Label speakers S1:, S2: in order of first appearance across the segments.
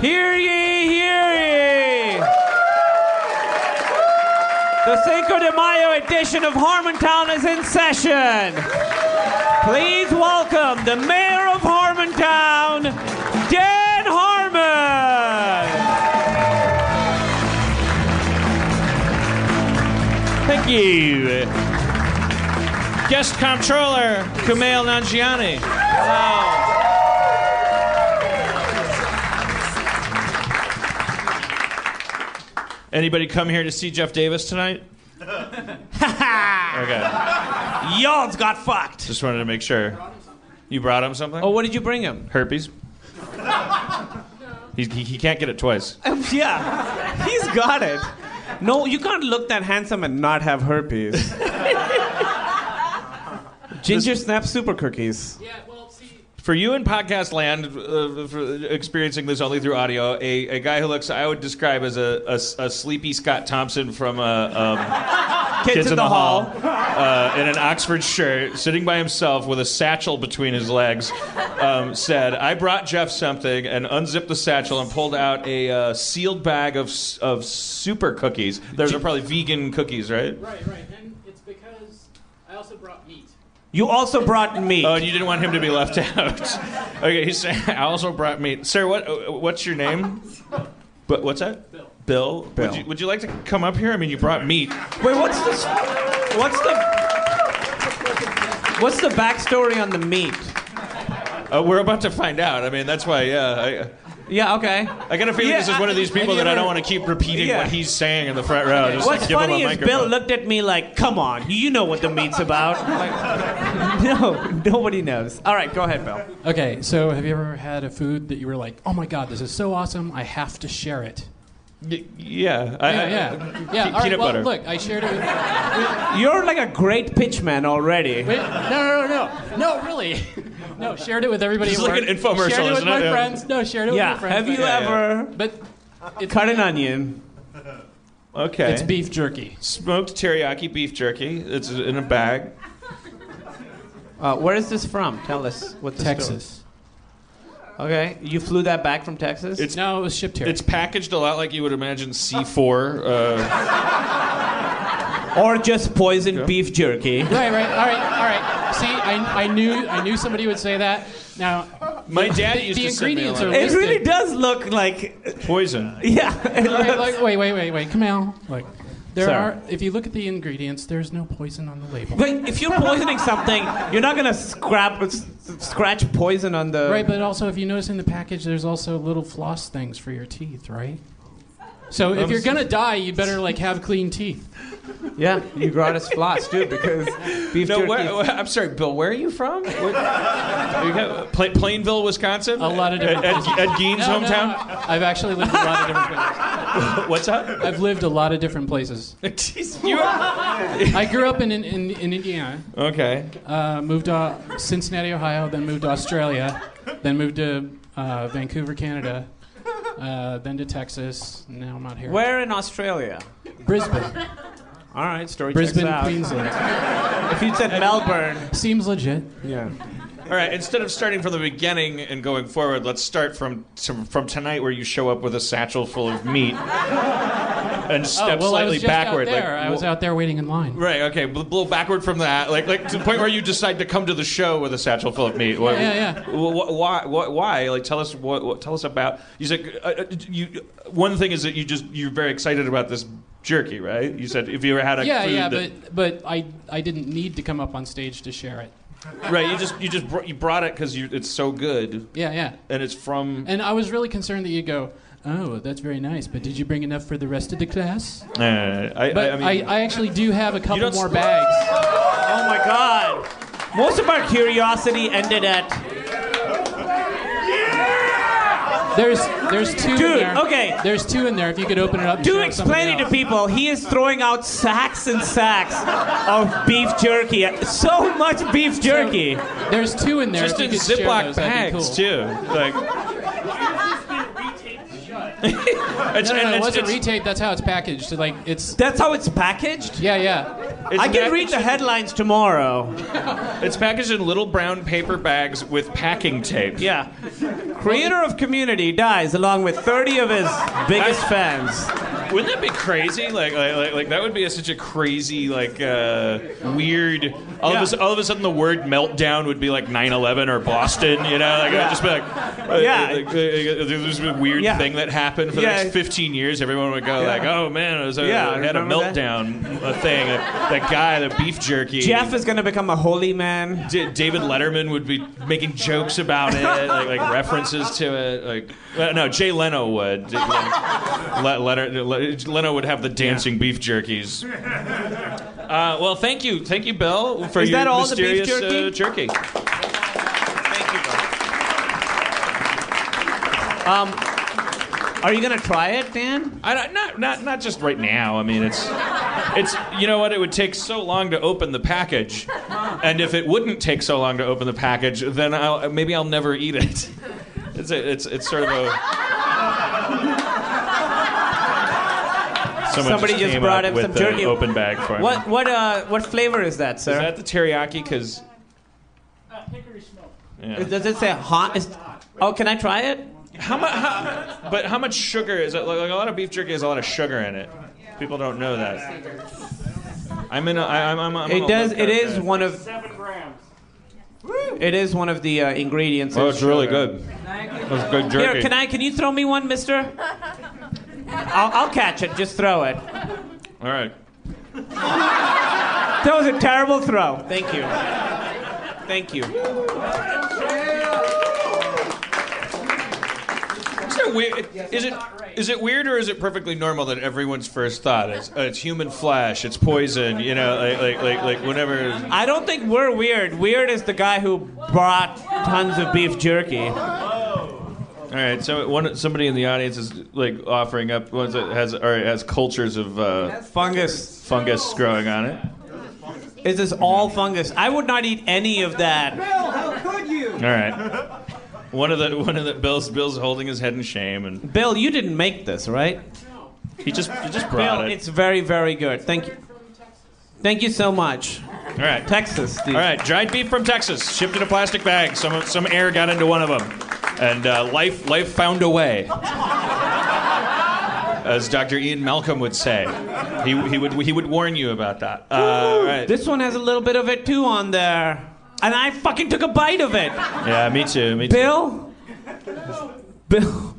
S1: Hear ye, hear ye! The Cinco de Mayo edition of Harmontown is in session. Please welcome the mayor of Harmontown, Dan Harmon. Thank you. Guest comptroller, Kumail Nanjiani. Hello. Anybody come here to see Jeff Davis tonight? okay.
S2: Y'all's got fucked.
S1: Just wanted to make sure. You brought him something?
S2: Oh, what did you bring him?
S1: herpes. He's, he, he can't get it twice.
S2: Um, yeah, he's got it. No, you can't look that handsome and not have herpes. Ginger snap super cookies.
S1: For you in podcast land, uh, for experiencing this only through audio, a, a guy who looks I would describe as a, a, a sleepy Scott Thompson from uh, um,
S2: Kids,
S1: Kids
S2: in the, hall.
S1: uh, in an Oxford shirt, sitting by himself with a satchel between his legs, um, said, "I brought Jeff something," and unzipped the satchel and pulled out a uh, sealed bag of s- of super cookies. Those are probably vegan cookies, right?
S3: Right, right. And it's because I also brought meat.
S2: You also brought meat.
S1: Oh, and you didn't want him to be left out. okay, he's saying, I also brought meat. Sir, what, uh, what's your name? But what's that? Bill. Bill?
S2: Bill.
S1: Would, you, would you like to come up here? I mean, you brought meat.
S2: Wait, what's this? What's the? What's the backstory on the meat?
S1: Uh, we're about to find out. I mean, that's why, yeah.
S2: Yeah, okay.
S1: I, I got a feeling
S2: Yeah,
S1: this is one of these
S2: I- I
S1: people that I
S2: never-
S1: don't want to keep repeating
S2: Yeah.
S1: what he's saying in the front row. Just
S2: What's
S1: like give
S2: funny
S1: him a
S2: is
S1: microphone.
S2: Bill looked at me like, "Come on, you know what the meat's about." Like, no, nobody knows. All right, go ahead, Bill.
S3: Okay, so have you ever had a food that you were like, oh my god, this is so awesome, I have to share it?
S1: Y- yeah. I-
S3: Yeah,
S1: I-
S3: yeah.
S1: pe-
S3: yeah all right,
S1: Uh, peanut
S3: well,
S1: butter.
S3: Look, I shared it with.
S2: You're like a great pitchman already.
S3: Wait, no, no, no, no. No, really. No, shared it with everybody.
S1: This
S3: at
S1: is like
S3: work.
S1: an infomercial,
S3: Shared it with
S1: isn't
S3: my
S1: it? Yeah.
S3: friends. No, shared it
S2: Yeah.
S3: with my
S2: Have
S3: friends.
S2: you
S1: Yeah, yeah.
S2: ever
S3: But it's,
S2: cut an onion?
S1: Okay.
S3: it's beef jerky.
S1: Smoked teriyaki beef jerky. It's in a bag.
S2: Uh, where is this from? Tell us what the
S3: Texas.
S2: story- Okay, you flew that back from Texas.
S1: It's-
S3: No, it was shipped here.
S1: It's packaged a lot like you would imagine C4. Uh,
S2: or just poisoned beef jerky.
S3: Right, right, all right, all right. See, I, I knew I knew somebody would say that. Now,
S1: My dad
S3: The-
S1: used
S3: the
S1: to send me a
S3: ingredients
S1: lot of
S3: are-
S2: It really
S3: Listed.
S2: does look like,
S1: poison.
S2: yeah. it
S3: all right,
S2: looks-
S3: like, wait, wait, wait, wait. Come out. Like, there
S2: Sorry.
S3: are. If you look at the ingredients, there's no poison on the label.
S2: But if you're poisoning something, you're not gonna scrap, s- scratch poison on the.
S3: Right, but also if you notice in the package, there's also little floss things for your teeth, right? So if you're gonna die, you'd better like have clean teeth.
S2: Yeah, you brought us floss too because beef
S1: No,
S2: jerky.
S1: where, where- I'm sorry, Bill. Where are you from? What- you got- Pla- Plainville, Wisconsin.
S3: A lot of different
S1: Ed,
S3: places.
S1: Ed, Ed Gein's
S3: No, no,
S1: hometown.
S3: no, I've actually lived a lot of different places.
S1: What's up?
S3: I've lived a lot of different places.
S1: Jeez, you-
S3: I grew up in in, in, in Indiana,
S1: okay.
S3: uh, moved to Cincinnati, Ohio, then moved to Australia, then moved to uh, Vancouver, Canada, uh, then to Texas. and Now I'm out here.
S2: Where in Australia?
S3: Brisbane,
S2: All right, story
S3: Brisbane,
S2: checks out.
S3: Queensland.
S2: If you said Melbourne,
S3: Seems legit.
S2: yeah.
S1: All right. Instead of starting from the beginning and going forward, let's start from from, from tonight, where you show up with a satchel full of meat and
S3: Oh,
S1: step
S3: well, I
S1: slightly
S3: was just
S1: backward.
S3: Out there.
S1: like,
S3: I was
S1: wh-
S3: out there waiting in line.
S1: Right. Okay. bl- Blow backward from that, like like to the point where you decide to come to the show with a satchel full of meat. Why?
S3: Yeah, yeah,
S1: Why, why? Why? Like, tell us what, what? Tell us about. You said uh, uh, you. One thing is that you just you're very excited about this jerky, right? You said if you ever had a
S3: Yeah,
S1: food
S3: yeah,
S1: that-
S3: but but I I didn't need to come up on stage to share it.
S1: right. You just you just br- you brought it because it's so good
S3: Yeah, yeah.
S1: and it's from.
S3: And I was really concerned that you go, oh, that's very nice, but did you bring enough for the rest of the class?
S1: Uh, I, I, I
S3: But I,
S1: mean,
S3: I, actually do have a couple
S1: don't
S3: more
S1: s-
S3: bags.
S2: Oh my God. Most of our curiosity ended at
S3: There's there's two
S2: Dude,
S3: in there.
S2: okay.
S3: There's two in there. If you could open it up. and
S2: do
S3: show somebody
S2: explain it to
S3: else.
S2: people. He is throwing out sacks and sacks of beef jerky. So much beef jerky.
S3: There's two in there.
S1: Just
S3: if you
S1: in
S3: could share
S1: Ziploc
S3: those, that'd be
S1: bags
S3: cool.
S1: too. Like. it's,
S3: No,
S1: and
S3: no, no, it
S1: it's-
S3: wasn't
S1: it's-
S3: retaped. That's how it's packaged. Like it's.
S2: That's how it's packaged?
S3: Yeah, yeah.
S1: it's
S2: I can
S1: packaged-
S2: read the headlines tomorrow.
S1: It's packaged in little brown paper bags with packing tape.
S2: Yeah. Creator of Community dies along with 30 of his biggest fans.
S1: Wouldn't that be crazy? Like, like, like, like that would be a, such a crazy, like, uh, weird. All of a,
S2: Yeah.
S1: all of a sudden, the word meltdown would be like 9/11 or Boston. You know, like it would just be like, uh,
S2: Yeah.
S1: like, like, like, there's a weird
S2: Yeah.
S1: thing that happened for
S2: Yeah.
S1: the next 15 years. Everyone would go like, "Oh man, it was a,
S2: Yeah,
S1: I had a
S2: remember that?
S1: meltdown uh thing." That, that guy, the beef jerky.
S2: Jeff is going to become a holy man.
S1: D- David Letterman would be making jokes about it, like, like references to it. Like, uh, no, Jay Leno would. Jay Leno, Le- Letter- Le- Leno would have the dancing beef jerkies. Uh, well, thank you, thank you, Bill, for
S2: Is
S1: your
S2: that all the beef
S1: mysterious Uh, jerky.
S2: Are you going to try it, Dan?
S1: I don't, not not not just right now. I mean, it's it's you know what? It would take so long to open the package, and if it wouldn't take so long to open the package, then I'll maybe I'll never eat it. It's a, it's it's sort of a. Someone
S2: Somebody just
S1: came
S2: brought
S1: up
S2: him
S1: with
S2: some
S1: the
S2: jerky.
S1: Open bag for me.
S2: What what uh what flavor is that, sir?
S1: is that? The teriyaki? Because
S2: Does it say hot? Is, oh, can I try it?
S1: how much? How, but how much sugar is it? Like, like a lot of beef jerky has a lot of sugar in it. People don't know that. I'm in. A, I, I'm, I'm, I'm on
S2: It
S1: a
S2: does.
S1: low
S2: It
S1: carb
S2: is
S1: diet.
S2: one of seven grams. It is one of the uh, ingredients.
S1: Oh,
S2: is
S1: it's really
S2: sugar.
S1: good. That's good jerky.
S2: Here, can I? Can you throw me one, Mister? I'll, I'll catch it. Just throw it.
S1: All right.
S2: That was a terrible throw. Thank you. Thank you.
S1: Is it weird? Is it, is it weird or is it perfectly normal that everyone's first thought is uh, it's human flesh, it's poison, you know, like like like, like whenever.
S2: I don't think we're weird. Weird is the guy who brought tons of beef jerky.
S1: All right, so one somebody in the audience is like offering up ones that has or has cultures of uh,
S2: Fungus.
S1: fungus growing on it.
S2: Is this all fungus? I would not eat any of that.
S1: All right. One of the one of the Bill's Bill's holding his head in shame and
S2: Bill, you didn't make this, right?
S1: he just he just
S2: Bill,
S1: brought it.
S2: it's very, very good. Thank you. Thank you so much.
S1: All right.
S2: Texas, Steve.
S1: All right, dried beef from Texas, shipped in a plastic bag. Some some air got into one of them, and uh, life life found a way, as Dr. Ian Malcolm would say. He, he would he would warn you about that. Uh, all right.
S2: This one has a little bit of it too on there. And I fucking took a bite of it.
S1: Yeah, me too. Me too.
S2: Bill? Bill.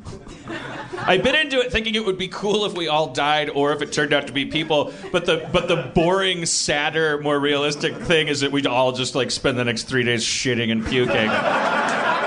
S1: I bit into it thinking it would be cool if we all died or if it turned out to be people, but the but the boring, sadder, more realistic thing is that we'd all just like spend the next three days shitting and puking.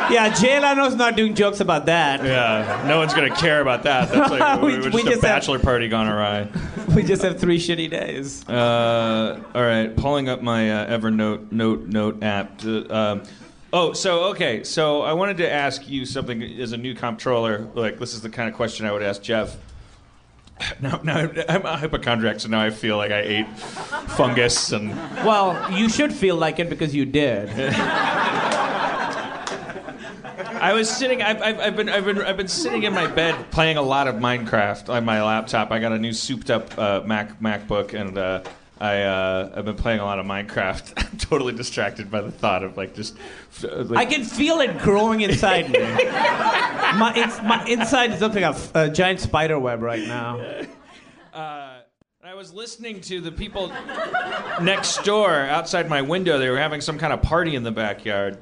S2: Yeah, Jay Leno's not doing jokes about that.
S1: Yeah, no one's gonna care about that. That's like
S2: We-
S1: we, are just
S2: we
S1: a
S2: just have-
S1: bachelor party gone awry.
S2: We just have three shitty days.
S1: Uh, all right, pulling up my uh, Evernote note note app. To, um, oh, so okay, so I wanted to ask you something as a new comptroller. Like this is the kind of question I would ask Jeff. Now, now I'm a hypochondriac, so now I feel like I ate fungus and
S2: Well, you should feel like it because you did.
S1: I was sitting. I've, I've, I've been. I've been. I've been sitting in my bed playing a lot of Minecraft on my laptop. I got a new souped-up uh, Mac MacBook, and uh, I uh, I've been playing a lot of Minecraft. I'm totally distracted by the thought of like just. uh,
S2: I
S1: Like,
S2: can feel it growing inside me. My, ins- my inside is looking like a, a giant spider web right now.
S1: I was listening to the people next door outside my window. They were having some kind of party in the backyard,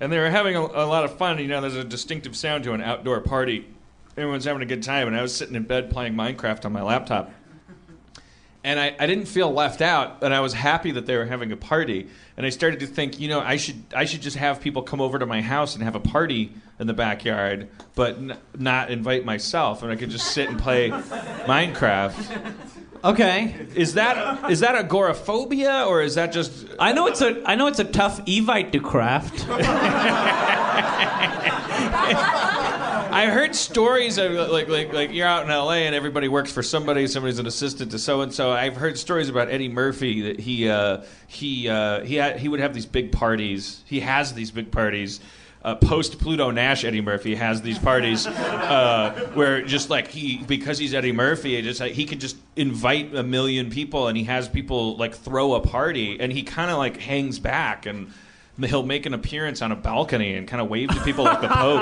S1: and they were having a, a lot of fun. You know, there's a distinctive sound to an outdoor party. Everyone's having a good time, and I was sitting in bed playing Minecraft on my laptop. and I, I didn't feel left out and i was happy that they were having a party and i started to think you know i should i should just have people come over to my house and have a party in the backyard but n- not invite myself and i could just sit and play minecraft
S2: Okay.
S1: Is that is that agoraphobia or is that just
S2: I know it's a I know it's a tough evite to craft.
S1: I heard stories of like like like you're out in L.A. and everybody works for somebody. Somebody's an assistant to so and so. I've heard stories about Eddie Murphy that he uh, he uh, he had, he would have these big parties. He has these big parties. Uh, Post Pluto Nash Eddie Murphy has these parties uh, where just like he because he's Eddie Murphy, it just like, he could just invite a million people and he has people like throw a party and he kind of like hangs back and he'll make an appearance on a balcony and kind of wave to people like the Pope,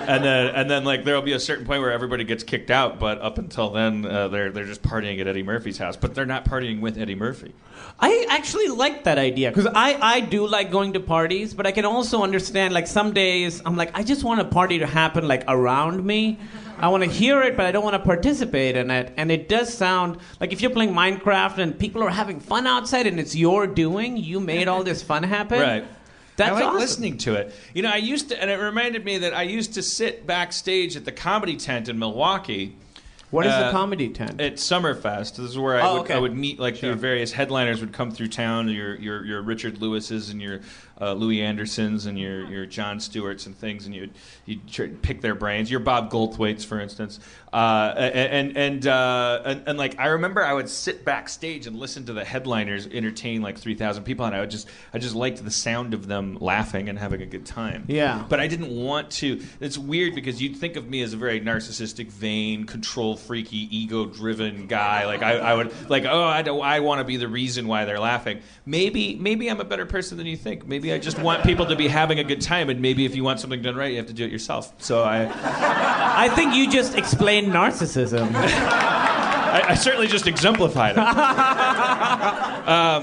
S1: and then and then like there'll be a certain point where everybody gets kicked out, but up until then uh, they're they're just partying at Eddie Murphy's house, but they're not partying with Eddie Murphy.
S2: I actually like that idea because I, I do like going to parties, but I can also understand like some days I'm like I just want a party to happen like around me. I want to hear it, but I don't want to participate in it. And it does sound like if you're playing Minecraft and people are having fun outside and it's your doing, you made all this fun happen.
S1: Right.
S2: That's
S1: I like
S2: awesome.
S1: listening to it. You know, I used to, and it reminded me that I used to sit backstage at the comedy tent in Milwaukee.
S2: What is
S1: Uh,
S2: the comedy tent?
S1: at Summerfest. This is where I,
S2: Oh,
S1: would,
S2: okay.
S1: I would meet like your various headliners would come through town. Your your your Richard Lewis's and your uh, Louis Andersons and your your John Stewart's and things, and you'd you tr- pick their brains. Your Bob Goldthwait's, for instance, uh, and and uh, and, and like I remember I would sit backstage and listen to the headliners entertain like three thousand people, and I would just I just liked the sound of them laughing and having a good time.
S2: Yeah.
S1: But I didn't want to. It's weird because you'd think of me as a very narcissistic, vain, control freaky, ego driven guy. Like I, I would like, oh, I, don't- I want to be the reason why they're laughing. Maybe, maybe I'm a better person than you think. Maybe I just want people to be having a good time, and maybe if you want something done right, you have to do it yourself. So I,
S2: I think you just explained narcissism.
S1: I, I certainly just exemplified it. um, all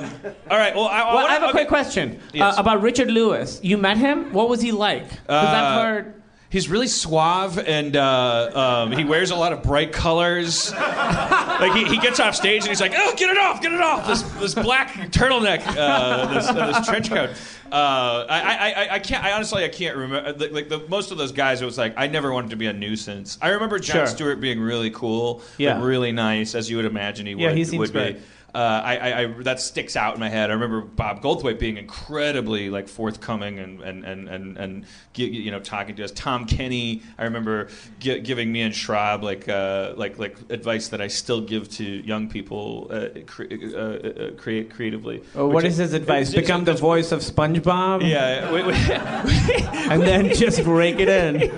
S1: right. Well, I, I
S2: Well,
S1: wanna-
S2: I have a
S1: okay.
S2: quick question
S1: Yes.
S2: uh, about Richard Lewis. You met him? What was he like? Because
S1: Uh,
S2: I've heard.
S1: He's really suave and uh, um, he wears a lot of bright colors. like he, he gets off stage and he's like, "Oh, get it off, get it off!" This this black turtleneck, uh, this, uh, this trench coat. Uh, I, I- I I can't. I honestly I can't remember. uh, Like, like the, most of those guys, it was like I never wanted to be a nuisance. I remember John
S2: Sure.
S1: Stewart being really cool, like,
S2: Yeah.
S1: really nice, as you would imagine he would.
S2: Yeah, he seems
S1: would be.
S2: great.
S1: Uh, I, I, I that sticks out in my head. I remember Bob Goldthwait being incredibly like forthcoming and and and and, and gi- you know talking to us. Tom Kenny, I remember gi- giving me and Schraub like uh, like like advice that I still give to young people uh, cre- uh, uh, create creatively.
S2: Oh, what is his advice? Become the voice of SpongeBob?
S1: yeah. we- we-
S2: and then just rake it in.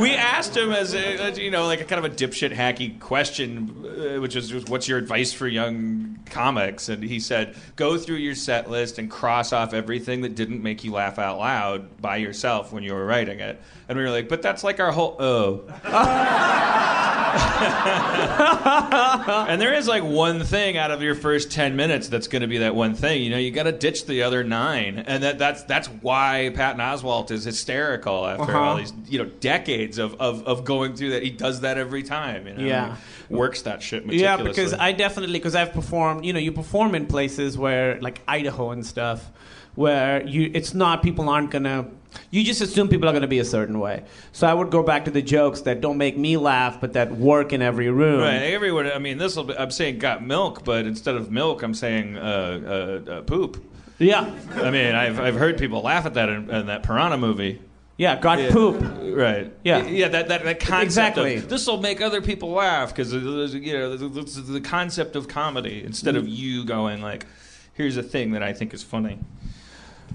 S1: we asked him as a, as, you know like a kind of a dipshit hacky question uh, which is just, what's your advice for young comics and he said go through your set list and cross off everything that didn't make you laugh out loud by yourself when you were writing it and we were like but that's like our whole oh and there is like one thing out of your first 10 minutes that's going to be that one thing you know you got to ditch the other nine and that, that's that's why patton oswalt is hysterical after
S2: Uh-huh.
S1: all these you know decades of, of, of going through that he does that every time you know
S2: Yeah.
S1: He works that shit
S2: Yeah,
S1: meticulously
S2: because I definitely because I've performed. You know, you perform in places where like Idaho and stuff, where you it's not people aren't gonna. You just assume people are gonna be a certain way. So I would go back to the jokes that don't make me laugh, but that work in every room.
S1: Right, everyone. I mean, this will. be I'm saying got milk, but instead of milk, I'm saying uh, uh, uh, poop.
S2: Yeah,
S1: I mean, I've, I've heard people laugh at that in, in that Piranha movie.
S2: yeah. Got poop.
S1: Right.
S2: Yeah.
S1: Yeah. That that, that concept.
S2: Exactly.
S1: This will make other people laugh because you know th- th- th- the concept of comedy instead
S2: Mm.
S1: of you going like, here's a thing that I think is funny.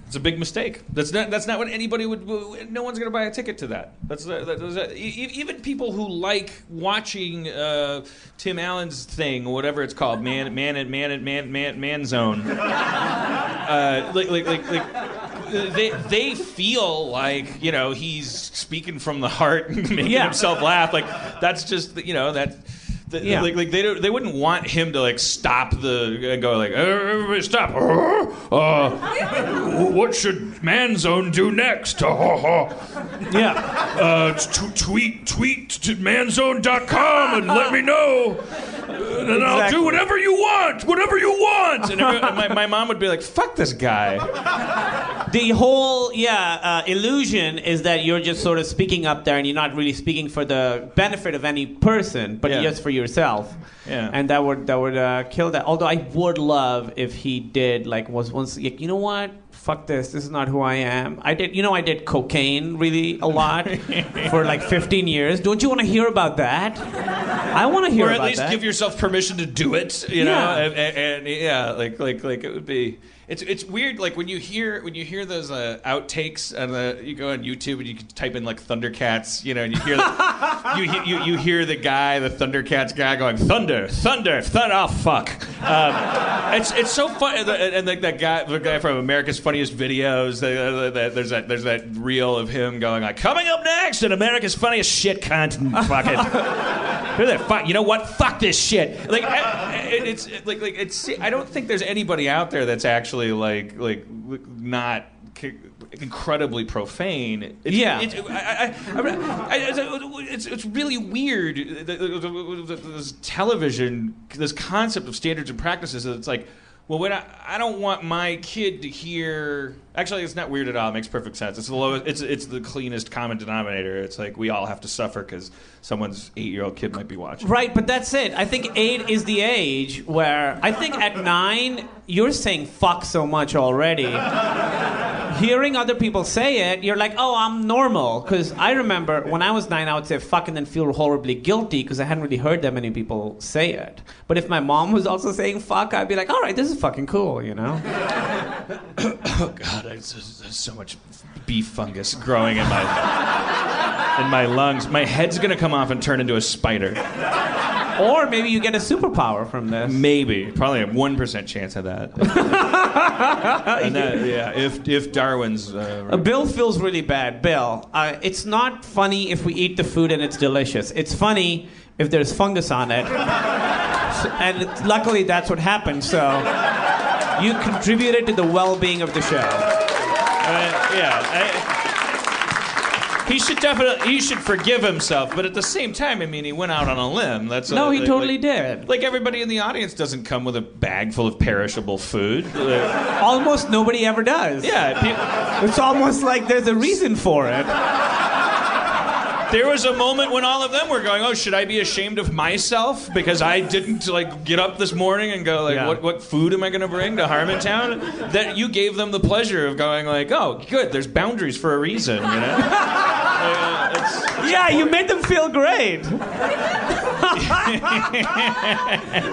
S1: It's a big mistake. That's not. That's not what anybody would. No one's going to buy a ticket to that. That's that, that, that- e- e- even people who like watching uh, Tim Allen's thing, whatever it's called, man, man, man, man, man, man, man zone uh, like, like, like, like they, they feel like you know he's speaking from the heart and making
S2: Yeah.
S1: himself laugh. Like that's just you know that. The,
S2: Yeah.
S1: Like, like they don't, they wouldn't want him to like stop the and go like everybody stop. Uh, what should Manzone do next?
S2: Yeah.
S1: uh, t- tweet tweet to manzone.com and let me know. And then I'll
S2: Exactly.
S1: do whatever you want, whatever you want. And every- my, my mom would be like, fuck this guy.
S2: the whole yeah uh, illusion is that you're just sort of speaking up there and you're not really speaking for the benefit of any person but
S1: Yeah.
S2: just for yourself
S1: Yeah.
S2: and that would that would uh, kill that although i would love if he did like was once like you know what fuck this this is not who i am i did you know i did cocaine really a lot for like 15 years don't you want to hear about that i want to hear
S1: or at
S2: about
S1: least
S2: that
S1: give yourself permission to do it you know
S2: Yeah.
S1: and, and, and, yeah like like like it would be it's it's weird like when you hear when you hear those uh, outtakes and the you go on YouTube and you can type in like Thundercats you know and you hear the, you, he- you you hear the guy the Thundercats guy going thunder thunder thunder oh fuck um, it's it's so fun and, the, and the, that guy the guy from America's Funniest Videos the, the, the, there's that there's that reel of him going like coming up next in America's Funniest Shit Content fucking Who the fuck? You know what? Fuck this shit. Like, I- it- it's like, like it's. I don't think there's anybody out there that's actually like, like, not c- incredibly profane. It's,
S2: Yeah.
S1: It's, I, I, I, I, it's, it's really weird. This television, this concept of standards and practices. It's like. Well, when I, I don't want my kid to hear. Actually, it's not weird at all. It makes perfect sense. It's the lowest. It's it's the cleanest common denominator. It's like we all have to suffer because someone's eight-year-old kid might be watching.
S2: Right, but that's it. I think eight is the age where I think at nine you're saying fuck so much already. Hearing other people say it, you're like, oh, I'm normal. Because I remember when I was nine, I would say fuck and then feel horribly guilty because I hadn't really heard that many people say it. But if my mom was also saying fuck, I'd be like, all right, this is fucking cool, you know?
S1: Oh God, I, there's, there's so much beef fungus growing in my in my lungs. My head's gonna come off and turn into a spider.
S2: Or maybe you get a superpower from this.
S1: Maybe, probably a one percent chance of that. And that- yeah, if if Darwin's
S2: Uh,
S1: uh,
S2: Bill feels really bad. Bill, uh, it's not funny if we eat the food and it's delicious. It's funny if there's fungus on it. So- and it- luckily, that's what happened. So you contributed to the well being of the show.
S1: Uh, yeah. I- he should definitely he should forgive himself, but at the same time, I mean, he went out on a limb. That's
S2: No,
S1: uh,
S2: he
S1: like-
S2: totally
S1: like-
S2: did.
S1: Like everybody in the audience doesn't come with a bag full of perishable food. Uh,
S2: Almost nobody ever does.
S1: yeah, pe-
S2: It's almost like there's a reason for it.
S1: there was a moment when all of them were going, "Oh, should I be ashamed of myself because I didn't like get up this morning and go like,
S2: Yeah.
S1: what what food am I going to bring to Harmontown?" That you gave them the pleasure of going like, "Oh, good, there's boundaries for a reason," you know. Uh, it's-
S2: Yeah, you made them feel great.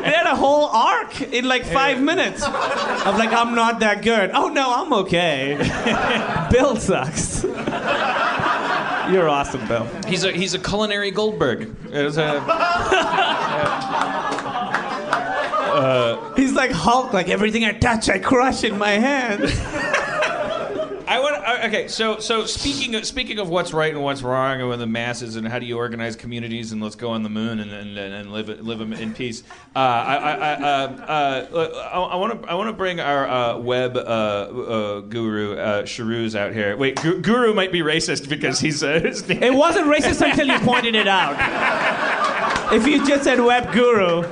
S2: they had a whole arc in like five minutes of like, I'm not that good. Oh no, I'm okay. Bill sucks. You're awesome, Bill.
S1: He's a he's a culinary Goldberg. It was a-
S2: He's like Hulk, like everything I touch, I crush in my hand.
S1: I want uh, okay. So so speaking of, speaking of what's right and what's wrong and with the masses and how do you organize communities and let's go on the moon and and, and and live live 'em in peace. Uh, I I I, uh, uh, I want to I want to bring our uh, web uh, uh, guru uh, Sharuz out here. Wait, gu- guru might be racist because he's uh, his name-
S2: It wasn't racist until you pointed it out. If you just said web guru,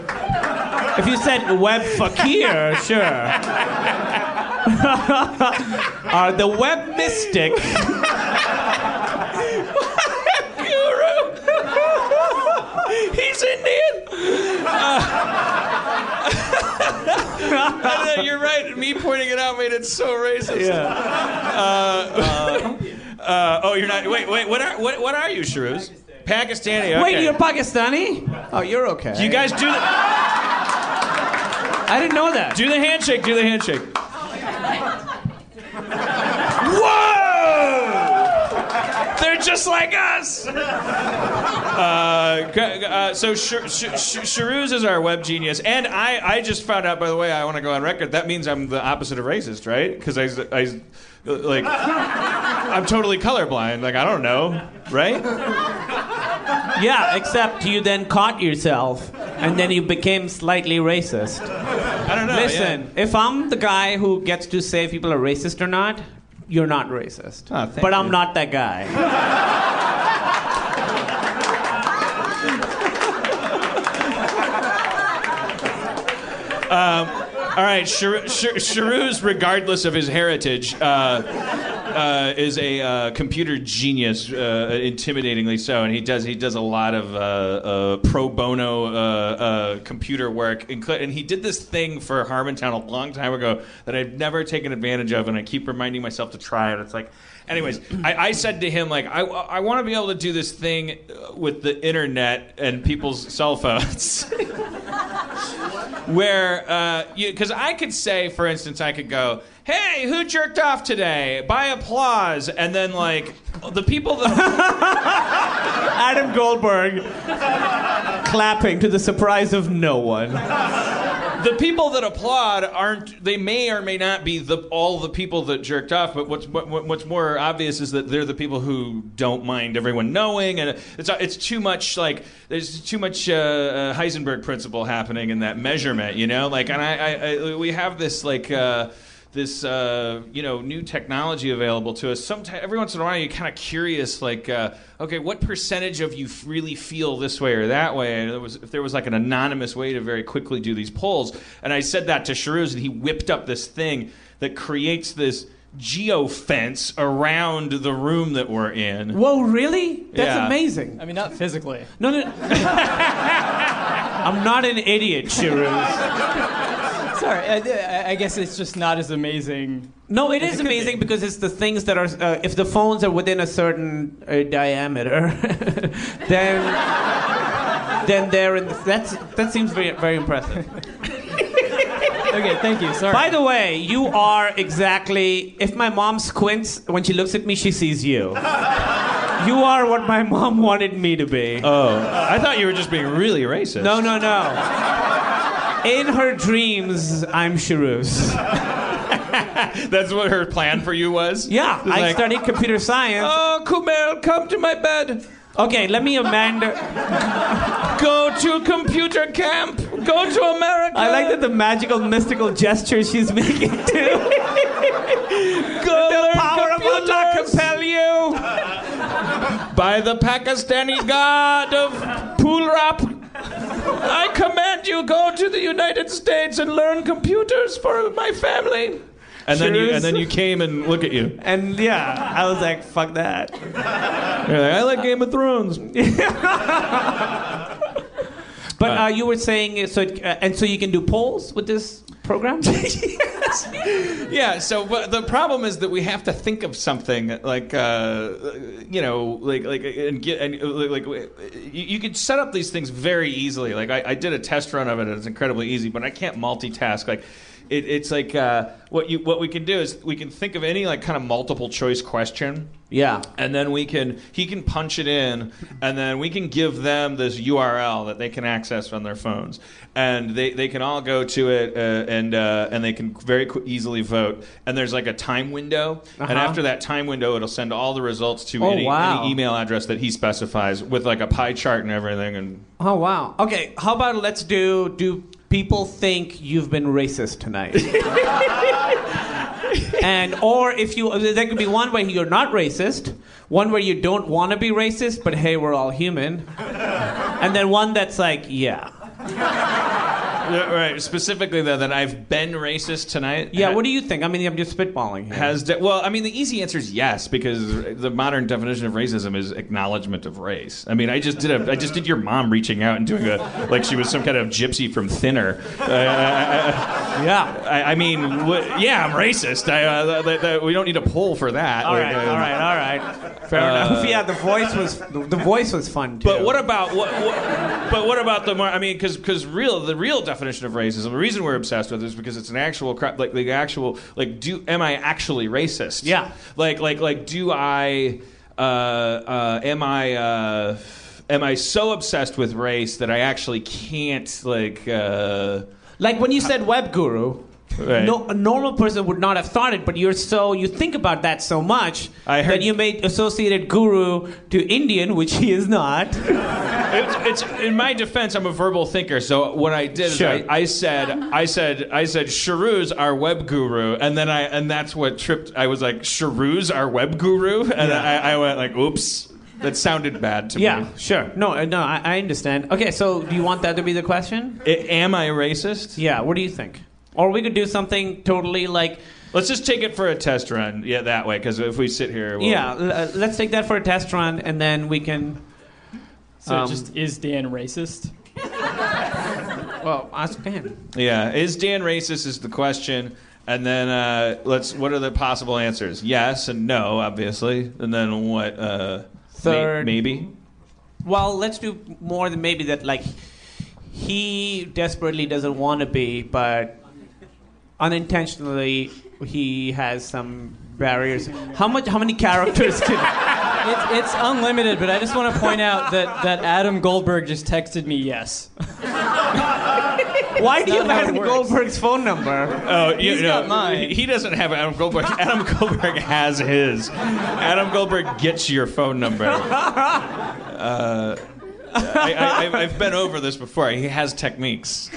S2: if you said web fakir, sure. Are the web mystic. guru. He's Indian.
S1: Yeah, you're right. Me pointing it out made it so racist. Uh, uh, oh, you're not. Wait, wait. What are what, what are you, Shrew's? Pakistani. okay.
S2: Wait, you're Pakistani? Oh, you're okay.
S1: You guys do the,
S2: I didn't know that.
S1: do the handshake. Do the handshake. Whoa! They're just like us. Uh, g- uh, so Sh- Sh- Sh- Sharuz is our web genius, and I, I just found out. By the way, I want to go on record. That means I'm the opposite of racist, right? Because I, s- I s- like I'm totally colorblind. Like I don't know, right?
S2: Yeah, except you then caught yourself and then you became slightly racist.
S1: I don't know. yeah.
S2: Listen, if I'm the guy who gets to say if people are racist or not, you're not racist.
S1: Oh, thank
S2: but I'm
S1: you.
S2: not that guy.
S1: All right, Shar- Shar- Sharouz, regardless of his heritage, uh, uh, is a uh, computer genius, uh, intimidatingly so, and he does he does a lot of uh, uh, pro bono uh, uh, computer work, inclu- and he did this thing for Harmontown a long time ago that I've never taken advantage of, and I keep reminding myself to try it. It's like. Anyways, I, I said to him like I, I want to be able to do this thing uh, with the internet and people's cell phones where because I could say, for instance, I could go, "Hey, who jerked off today?" By applause, and then like the people that
S2: Adam Goldberg clapping to the surprise of no one.
S1: the people that applaud aren't they may or may not be the all the people that jerked off, but what's what, what- what's more obvious is that they're the people who don't mind everyone knowing, and it's it's too much like there's too much uh, uh, Heisenberg principle happening in that measurement, you know, like and I, I, I we have this like. Uh, this uh, you know new technology available to us. Sometimes every once in a while, you're kind of curious, like, uh, okay, what percentage of you f- really feel this way or that way? And there was if there was like an anonymous way to very quickly do these polls. And I said that to Sharuz, and he whipped up this thing that creates this geo fence around the room that we're in.
S2: Whoa, really? That's
S1: Yeah.
S2: amazing.
S4: I mean, not physically.
S2: No, no. I'm not an idiot, Shiruz.
S4: Sorry, I, I- I guess it's just not as amazing.
S2: No, it is amazing because it's the things that are. Uh, if the phones are within a certain uh, diameter, then then they're in. The, that's that seems very very impressive.
S4: Okay, thank you. Sorry.
S2: By the way, you are exactly. If my mom squints when she looks at me, she sees you. You are what my mom wanted me to be.
S1: Oh, I thought you were just being really racist.
S2: No, no, no. In her dreams, I'm Shiruz.
S1: that's what her plan for you was.
S2: Yeah,
S1: It's
S2: I
S1: like,
S2: studied computer science.
S1: Oh, Kumail, come to my bed.
S2: Okay, let me amend.
S1: Go to computer camp. Go to America.
S2: I like that the magical, mystical gesture she's making too.
S1: Go
S2: the power of Allah compel you.
S1: By the Pakistani god of Poolrap, I command you go to the United States and learn computers for my family. And then, you,
S2: Sure
S1: and then
S2: is.
S1: you came and look at you.
S2: And yeah, I was like, fuck that.
S1: You're like, I like Game of Thrones.
S2: But uh, you were saying so, it, uh, and so you can do polls with this program.
S1: yeah so but the problem is that we have to think of something like uh, you know like like and get and uh, like like, you, you could set up these things very easily like I, I did a test run of it and it's incredibly easy but i can't multitask like it, it's like uh, what you what we can do is we can think of any like kind of multiple choice question
S2: yeah.
S1: and then we can he can punch it in and then we can give them this url that they can access on their phones and they, they can all go to it uh, and uh, and they can very qu- easily vote and there's like a time window and after that time window it'll send all the results to
S2: Uh-huh. Oh,
S1: any,
S2: wow.
S1: any email address that he specifies with like a pie chart and everything and
S2: Oh wow. Okay, how about let's do do people think you've been racist tonight? and or if you there could be one where you're not racist, one where you don't want to be racist, but hey, we're all human. And then one that's like, yeah.
S1: Yeah, right specifically though that i've been racist tonight
S2: Yeah, what do you think? I mean, I'm just spitballing. Here.
S1: has de- well i mean the easy answer is yes because the modern definition of racism is acknowledgement of race i mean i just did a i just did your mom reaching out and doing a like she was some kind of gypsy from thinner Uh, I, I-
S2: Yeah.
S1: I, I mean wh- yeah i'm racist I, uh, th- th- th- we don't need a poll for that
S2: All
S1: Like,
S2: right,
S1: uh,
S2: all right, all right. Fair enough. Yeah, the voice was the voice was fun too.
S1: But what about what? what but what about the more? I mean, because real the real definition of racism. The reason we're obsessed with it is because it's an actual crap. Like the actual like, do am I actually racist?
S2: Yeah.
S1: Like like like do I? Uh, uh, am I? Uh, Am I so obsessed with race that I actually can't like? Uh,
S2: like when you said web guru,
S1: Right.
S2: no, a normal person would not have thought it, but you're so you think about that so much
S1: I heard-
S2: that you made associated guru to Indian, which he is not.
S1: it's, it's in my defense. I'm a verbal thinker, so what I did
S2: Sure.
S1: is I, I said, I said, I said, Sharuz, our web guru, and then I and that's what tripped. I was like, Sharuz, our web guru, and I, I went like, oops, that sounded bad to me.
S2: yeah, sure. No, uh, no, I, I understand. Okay, so do you want that to be the question?
S1: I- am I racist?
S2: Yeah. What do you think? Or we could do something totally like
S1: Let's just take it for a test run. Yeah, that way. Because if we sit here, we'll,
S2: yeah. l- uh, let's take that for a test run, and then we can
S4: So
S2: Um,
S4: just is Dan racist?
S2: well ask Dan.
S1: yeah. Is Dan racist? Is the question. And then uh, let's. What are the possible answers? Yes and no, obviously. And then what? Uh, may-
S2: Third.
S1: maybe.
S2: Well, let's do more than maybe that. Like he desperately doesn't want to be, but unintentionally he has some barriers. How much? How many characters can?
S4: It's, it's unlimited, but I just want to point out that, that Adam Goldberg just texted me yes.
S2: Why do you have
S4: Not how it
S2: Adam
S4: works.
S2: Goldberg's phone number?
S1: Oh, you
S4: He's
S1: know,
S4: got mine.
S1: he doesn't have Adam Goldberg. Adam Goldberg has his. Adam Goldberg gets your phone number. Uh, I, I, I've- I've been over this before. He has techniques.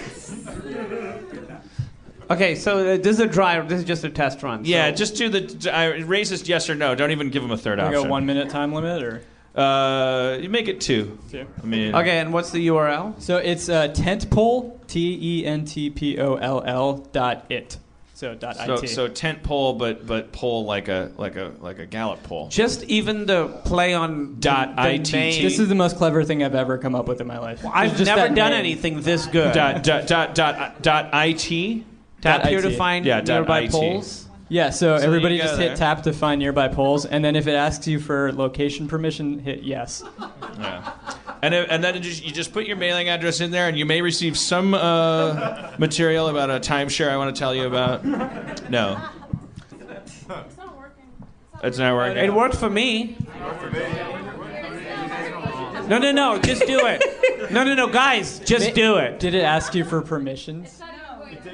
S2: Okay, so uh, this is a dry. This is just a test run. so-
S1: Yeah, just do the uh, racist yes or no. Don't even give him a third
S4: We
S1: option.
S4: got one minute time limit, or
S1: Uh, you make it two. I mean,
S2: Okay, and what's the URL?
S4: so it's uh, tentpole, T E N T P O L L dot it, so dot
S1: So,
S4: it.
S1: so tent pole, but but pole like a like a like a Gallup pole.
S2: Just even the play on
S1: Dot
S2: the
S1: ITT.
S2: name.
S4: this is the most clever thing I've ever come up with in my life.
S2: I've
S4: Just
S2: never
S4: that
S2: done
S4: name.
S2: anything this good.
S1: Dot dot dot dot dot it.
S2: Tap
S4: dot
S2: here to
S4: IT.
S2: find
S1: Yeah, dot
S2: nearby
S1: IT.
S2: polls.
S4: Yeah, so,
S1: there
S4: everybody
S1: you go
S4: just
S1: there.
S4: hit tap to find nearby polls, and then if it asks you for location permission, hit yes.
S1: Yeah. And, it- and then it just, you just put your mailing address in there, and you may receive some uh, material about a timeshare I want to tell you about. No,
S5: It's not working.
S1: it's not working.
S2: It worked for me. No, no, no. Just do it. No, no, no, guys. Just do it.
S4: Did it ask you for permissions?
S5: It's not going through.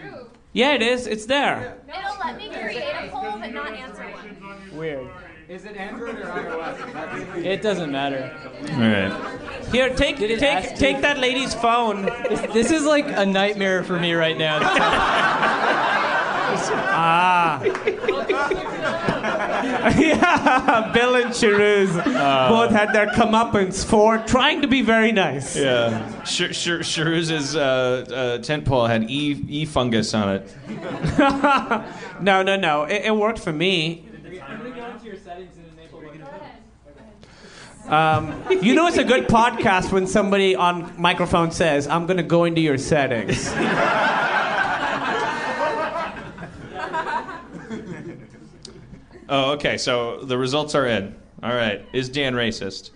S2: Yeah, it is. It's there.
S5: It'll let me create a poll but not answer one.
S4: Weird. Is it Android or iOS? It doesn't matter.
S1: All right.
S2: Here, take
S4: ask
S2: take
S4: you?
S2: take that lady's phone.
S4: This is like a nightmare for me right now.
S2: Ah. yeah, Bill and Chiruz
S4: Uh.
S2: both had their comeuppance for trying to be very nice.
S1: Yeah. Sh- Sh- Sharuz's uh, uh, tent pole had e-, e fungus on it.
S2: no, no, no. It, it worked for me. Um, you know it's a good podcast when somebody on microphone says, "I'm going to go into your settings."
S1: Oh, okay. So the results are in. All right. Is Dan racist?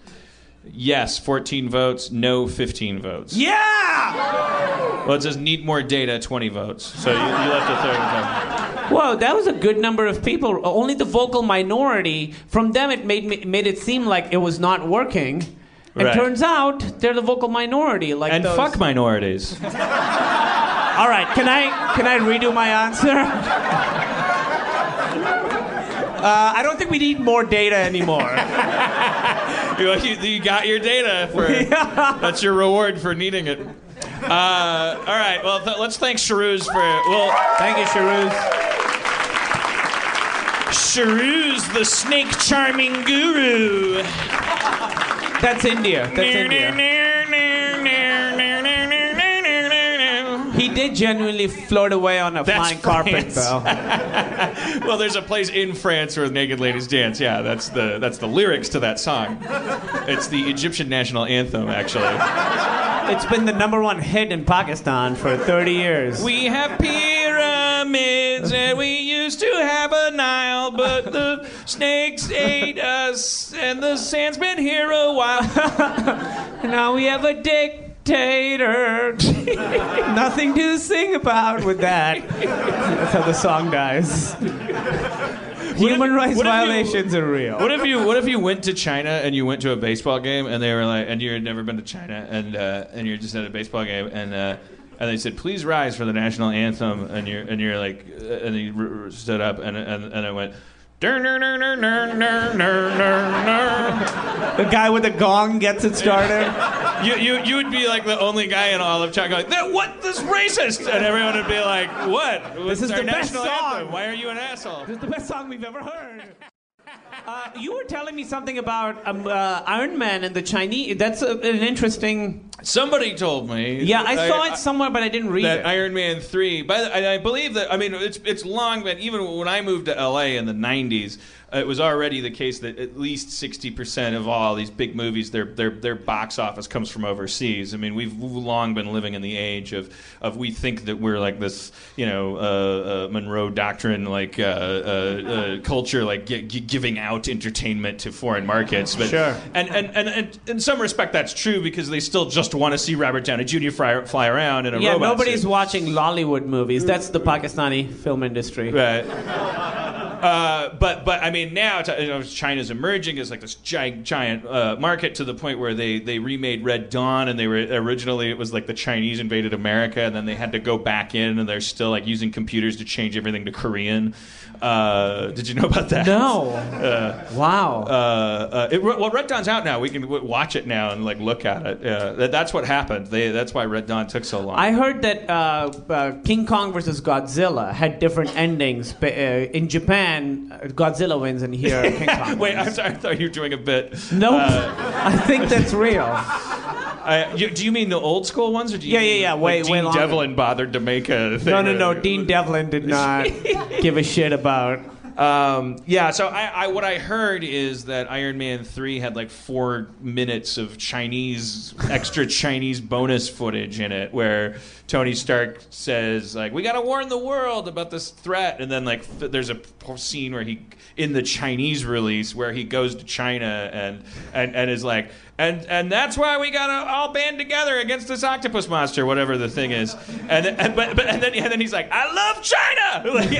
S1: Yes, 14 votes. No, 15 votes.
S2: yeah.
S1: Well, it says need more data, 20 votes. So you, you left a third. vote.
S2: Whoa, that was a good number of people. Only the vocal minority. From them, it made me, made it seem like it was not working. It
S1: Right.
S2: turns out they're the vocal minority. Like
S1: And
S2: those-
S1: fuck minorities.
S2: All right, can I can I redo my answer? Uh, I don't think we need more data anymore.
S1: you, you, you got your data for that's your reward for needing it. Uh, all right. Well, th- let's thank Sharuz for well. Thank you, Sharuz. Sharuz, the snake charming guru.
S2: That's India. That's India. He did genuinely float away on a
S1: That's
S2: flying carpet,
S1: France.
S2: though.
S1: well, there's a place in France where naked ladies dance. Yeah, that's the that's the lyrics to that song. It's the Egyptian national anthem, actually.
S2: It's been the number one hit in Pakistan for 30 years.
S1: We have pyramids and we used to have a Nile, but the snakes ate us and the sand's been here a while.
S2: now we have a dictator. Nothing to sing about with that. That's how the song dies. Human rights
S1: what if you-
S2: violations are real.
S1: What if you What if you went to China and you went to a baseball game and they were like, and you had never been to China and uh, and you're just at a baseball game and. Uh, and they said, "Please rise for the national anthem." And you're and you're like, uh, and you r- r- stood up, and and and I went, "Dur, dur, dur, dur, dur, dur, dur, dur, dur."
S2: the guy with the gong gets it started.
S1: You, you, you would be like the only guy in all of China going, that, what? This racist! And everyone would be like, what? This
S2: is
S1: our
S2: the best
S1: national
S2: song."
S1: anthem. Why are you an asshole?
S2: This is the best song we've ever heard. Uh, you were telling me something about um, uh, Iron Man and the Chinese. That's a, an interesting
S1: Somebody told me.
S2: Yeah, I saw
S1: I-
S2: it somewhere, but I didn't read
S1: that
S2: it.
S1: Iron Man three. By the, and I believe that I mean it's it's long been even when I moved to L.A. in the '90s, uh, it was already the case that at least 60 percent of all these big movies, their their their box office comes from overseas. I mean, we've long been living in the age of of we think that we're like this, you know, uh, uh, Monroe Doctrine like uh, uh, uh, culture, like gi- gi- giving out entertainment to foreign markets. But
S2: Sure.
S1: and, and, and, and in some respect, that's true because they still just want to see Robert Downey Jr. fly, fly around in a
S2: yeah,
S1: robot
S2: nobody's
S1: suit.
S2: watching Lollywood movies. That's the Pakistani film industry.
S1: Right. Uh, but but I mean now t- you know, China's emerging as like this giant giant uh, market to the point where they, they remade Red Dawn and they were originally it was like the Chinese invaded America and then they had to go back in and they're still like using computers to change everything to Korean. Uh, did you know about that?
S2: No. wow.
S1: Uh, uh, it, well, Red Dawn's out now. We can w- watch it now and like look at it. Yeah, that, that's what happened. They, that's why Red Dawn took so long.
S2: I heard that uh, uh, King Kong versus Godzilla had different endings. But, uh, in Japan, uh, Godzilla wins, and here King Kong.
S1: Wait, uh,
S2: wins.
S1: I'm sorry. I thought you were doing a bit.
S2: Nope. I think that's real.
S1: I, you, do you mean the old school ones, or do you?
S2: Yeah, yeah,
S1: mean,
S2: yeah,
S1: like,
S2: way-
S1: Dean
S2: way longer.
S1: Devlin bothered to make a. Thing
S2: No, no, no.
S1: that-
S2: Dean Devlin did not give a shit about.
S1: Um, yeah, so I, I, what I heard is that Iron Man three had like four minutes of Chinese extra Chinese bonus footage in it, where Tony Stark says like, "We got to warn the world about this threat," and then like f- there's a p- scene where he in the Chinese release where he goes to China and and, and is like. And, and that's why we gotta all band together against this octopus monster, whatever the thing is. And, and but, but and then and then he's like, I love China. Like,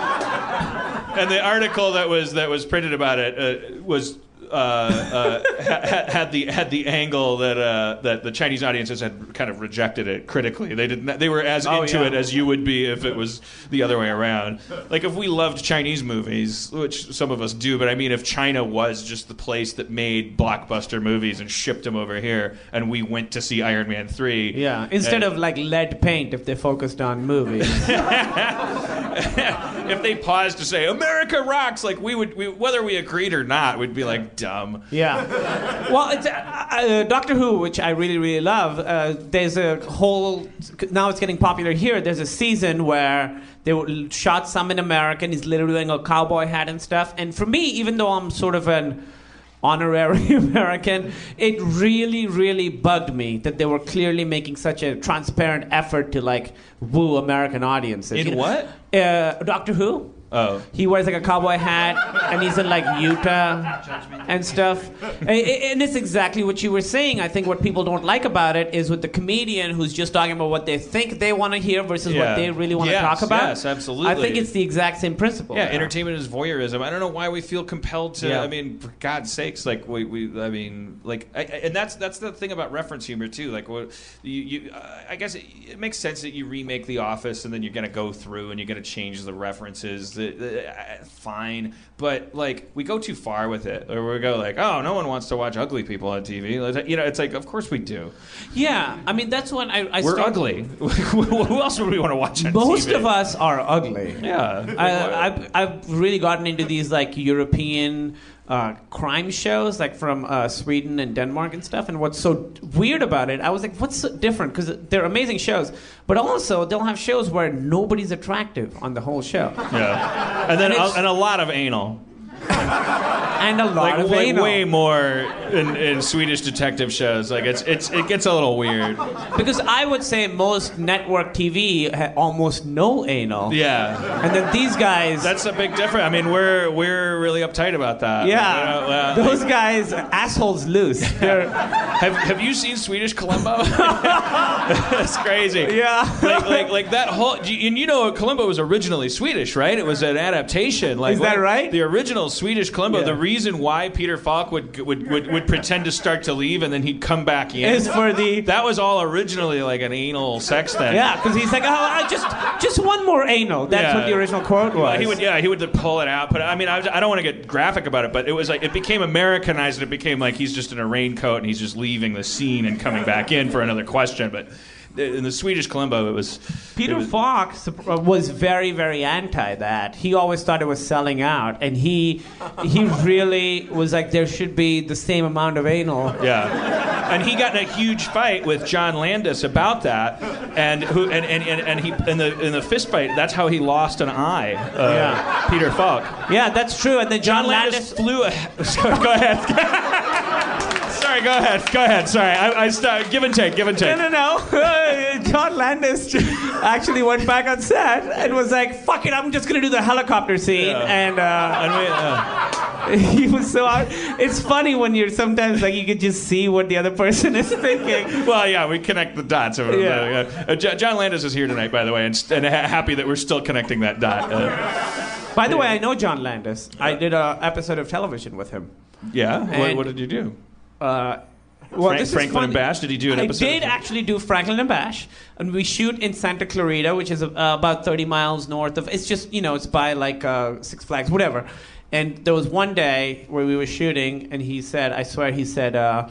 S1: and the article that was that was printed about it uh, was uh, uh, ha- had the had the angle that uh, that the Chinese audiences had kind of rejected it critically. They didn't. They were as
S2: Oh,
S1: into
S2: yeah.
S1: it as you would be if it was the other way around. Like if we loved Chinese movies, which some of us do, but I mean, if China was just the place that made blockbuster movies and shipped them over here, and we went to see Iron Man three,
S2: Yeah. Instead
S1: and-
S2: of like lead paint, if they focused on movies.
S1: if they paused to say America rocks, like we would, we, whether we agreed or not, we'd be like dumb.
S2: Yeah. Well, it's, uh, uh, Doctor Who, which I really, really love, uh, there's a whole. Now it's getting popular here. There's a season where they were- shot some in America and he's literally wearing a cowboy hat and stuff. And for me, even though I'm sort of an honorary American, it really, really bugged me that they were clearly making such a transparent effort to like woo American audiences.
S1: In
S2: You know-
S1: what?
S2: Uh, Doctor Who.
S1: Oh.
S2: He wears like a cowboy hat and he's in like Utah and stuff. And, and it's exactly what you were saying. I think what people don't like about it is with the comedian who's just talking about what they think they want to hear versus
S1: Yeah.
S2: what they really want
S1: Yes,
S2: to talk about.
S1: yes, absolutely.
S2: I think it's the exact same principle.
S1: Yeah, entertainment is voyeurism. I don't know why we feel compelled to.
S2: Yeah.
S1: I mean, for God's sakes, like we, we I mean, like, I, I- and that's that's the thing about reference humor too. Like, what you, you uh, I guess it, it makes sense that you remake The Office and then you're gonna go through and you're gonna change the references. The, the, uh, fine, but like we go too far with it, or we go like, oh, no one wants to watch ugly people on TV. Like, You know, it's like, of course we do.
S2: Yeah, I mean, that's when I, I
S1: We're
S2: start-
S1: ugly. Who else would we want to watch on
S2: Most
S1: TV?
S2: of us are ugly.
S1: Yeah.
S2: I, I've, I've really gotten into these like European uh, crime shows, like from uh, Sweden and Denmark and stuff. And what's so weird about it, I was like, what's so different? Because they're amazing shows, but also they'll have shows where nobody's attractive on the whole show,
S1: Yeah. And then
S2: And
S1: a,
S2: it's-
S1: and a lot of anal.
S2: and a lot
S1: Like,
S2: of
S1: like
S2: anal.
S1: way more in, in Swedish detective shows. Like it's it's it gets a little weird.
S2: Because I would say most network TV had almost no anal,
S1: Yeah.
S2: and then these guys.
S1: That's a big difference. I mean, we're we're really uptight about that.
S2: yeah,
S1: You know, uh,
S2: those guys assholes loose. They're,
S1: have have you seen Swedish Columbo? That's crazy.
S2: yeah.
S1: Like, like, like that whole, and you know, Columbo was originally Swedish, right? It was an adaptation. Like,
S2: Is that
S1: what-
S2: right?
S1: The original Swedish Columbo.
S2: Yeah.
S1: The reason why Peter Falk would, would would would pretend to start to leave and then he'd come back in
S2: Is for the
S1: That was all originally like an anal sex thing.
S2: Yeah, because he's like, oh, I just just one more anal. That's
S1: Yeah.
S2: what the original quote was.
S1: He would, yeah, he would pull it out. But I mean, I, was, I don't want to get graphic about it, but it was like it became Americanized, and it became like he's just in a raincoat and he's just leaving the scene and coming back in for another question. But in the Swedish Columbo, it was
S2: Peter
S1: it was-
S2: Fox uh, was very, very anti that. He always thought it was selling out, and he he really was like, there should be the same amount of anal.
S1: Yeah. And he got in a huge fight with John Landis about that, and who and, and, and, and he in the in the fist fight. That's how he lost an eye. Uh,
S2: Yeah.
S1: Peter Falk.
S2: Yeah, that's true. And then John,
S1: John Landis flew. A, sorry, go ahead. sorry, go ahead. Go ahead. Sorry, I, I start, give and take. Give and take.
S2: No, no, no. John Landis actually went back on set and was like, fuck it, I'm just going to do the helicopter scene.
S1: Yeah.
S2: And, uh,
S1: And we, uh,
S2: he was so out. It's funny when you're sometimes like, you could just see what the other person is thinking.
S1: Well, yeah, we connect the dots. Yeah. Uh,
S2: Yeah.
S1: John Landis is here tonight, by the way, and, st- and ha- happy that we're still connecting that dot. Uh,
S2: By the way, I know John Landis. I did an episode of television with him.
S1: yeah. What,
S2: And-
S1: what did you do?
S2: Uh, well,
S1: Frank-
S2: this is
S1: Franklin and
S2: funny.
S1: Bash? Did he do an
S2: I
S1: episode
S2: did
S1: of-
S2: actually do Franklin and Bash, and we shoot in Santa Clarita, which is uh, about 30 miles north of. It's just you know, it's by like uh, Six Flags, whatever. And there was one day where we were shooting, and he said, "I swear," he said. Uh,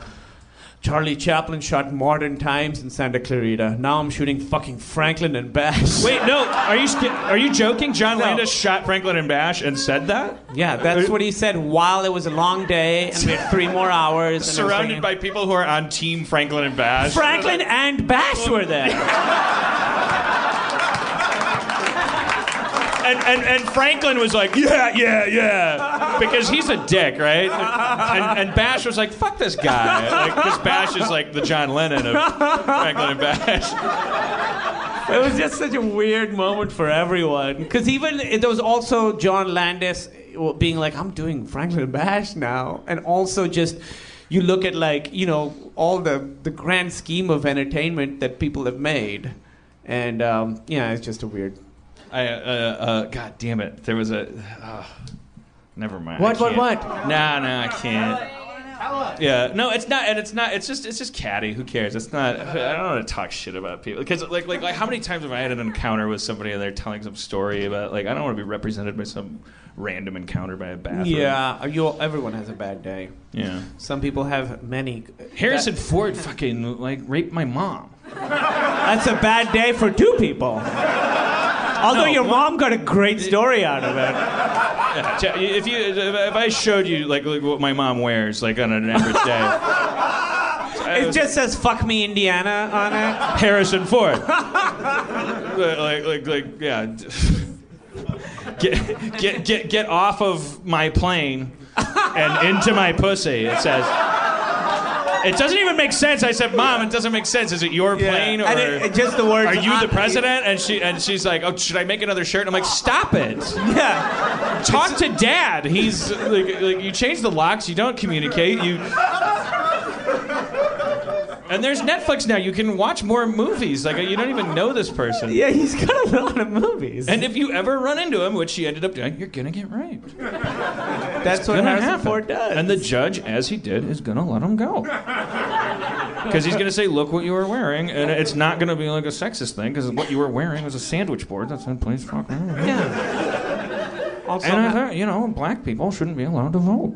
S2: Charlie Chaplin shot Modern Times in Santa Clarita. Now I'm shooting fucking Franklin and Bash.
S1: Wait, no. Are you sk- are you joking? John
S2: No.
S1: Landis shot Franklin and Bash and said that.
S2: yeah, that's what he said. While it was a long day, and we had three more hours. and I was
S1: Surrounded
S2: thinking-
S1: by people who are on Team Franklin and Bash.
S2: Franklin and Bash were there.
S1: And, and, and Franklin was like, yeah, yeah, yeah. Because he's a dick, right? And, and Bash was like, fuck this guy. Because Bash is like the John Lennon of Franklin and Bash.
S2: It was just such a weird moment for everyone. Because even there was also John Landis uh, being like, I'm doing Franklin Bash now. And also just, you look at like, you know, all the, the grand scheme of entertainment that people have made. And um, yeah, it's just a weird.
S1: I, uh, uh, God damn it. There was a. Uh, never mind.
S2: What,
S1: I
S2: what,
S1: can't.
S2: what?
S1: No, no, I can't. Yeah, no, it's not, and it's not. It's just, it's just catty. Who cares? It's not. I don't want to talk shit about people because, like, like, like, how many times have I had an encounter with somebody and they're telling some story about, like, I don't want to be represented by some random encounter by a bathroom.
S2: Yeah, you, everyone has a bad day.
S1: yeah.
S2: Some people have many.
S1: Harrison Ford fucking like raped my mom.
S2: That's a bad day for two people. Although your mom got a great story out of it.
S1: If you if I showed you like, like what my mom wears like on an average day,
S2: It just says "fuck me, Indiana" on it.
S1: Harrison Ford. like, like like like yeah. Get, get get get off of my plane and into my pussy. It says. It doesn't even make sense. I said, "Mom, it doesn't make sense. Is it your plane or
S2: And it- it just the words.
S1: are you the
S2: "I'm-"
S1: president?" And she and she's like, "Oh, should I make another shirt?" And I'm like, "Stop it."
S2: Yeah.
S1: Talk to dad. He's like, like you change the locks. You don't communicate. You. And there's Netflix now. You can watch more movies. Like you don't even know this person.
S2: Yeah, he's got a lot of movies.
S1: And if you ever run into him, which she ended up doing, you're gonna get raped.
S2: that's what
S1: Gonna
S2: Harrison
S1: happen.
S2: Ford does.
S1: And the judge, as he did, is gonna let him go. Because he's gonna say, "Look what you were wearing," and it's not gonna be like a sexist thing. Because what you were wearing was a sandwich board that said, "Please fuck me."
S2: yeah. Also,
S1: And I thought, you know, black people shouldn't be allowed to vote.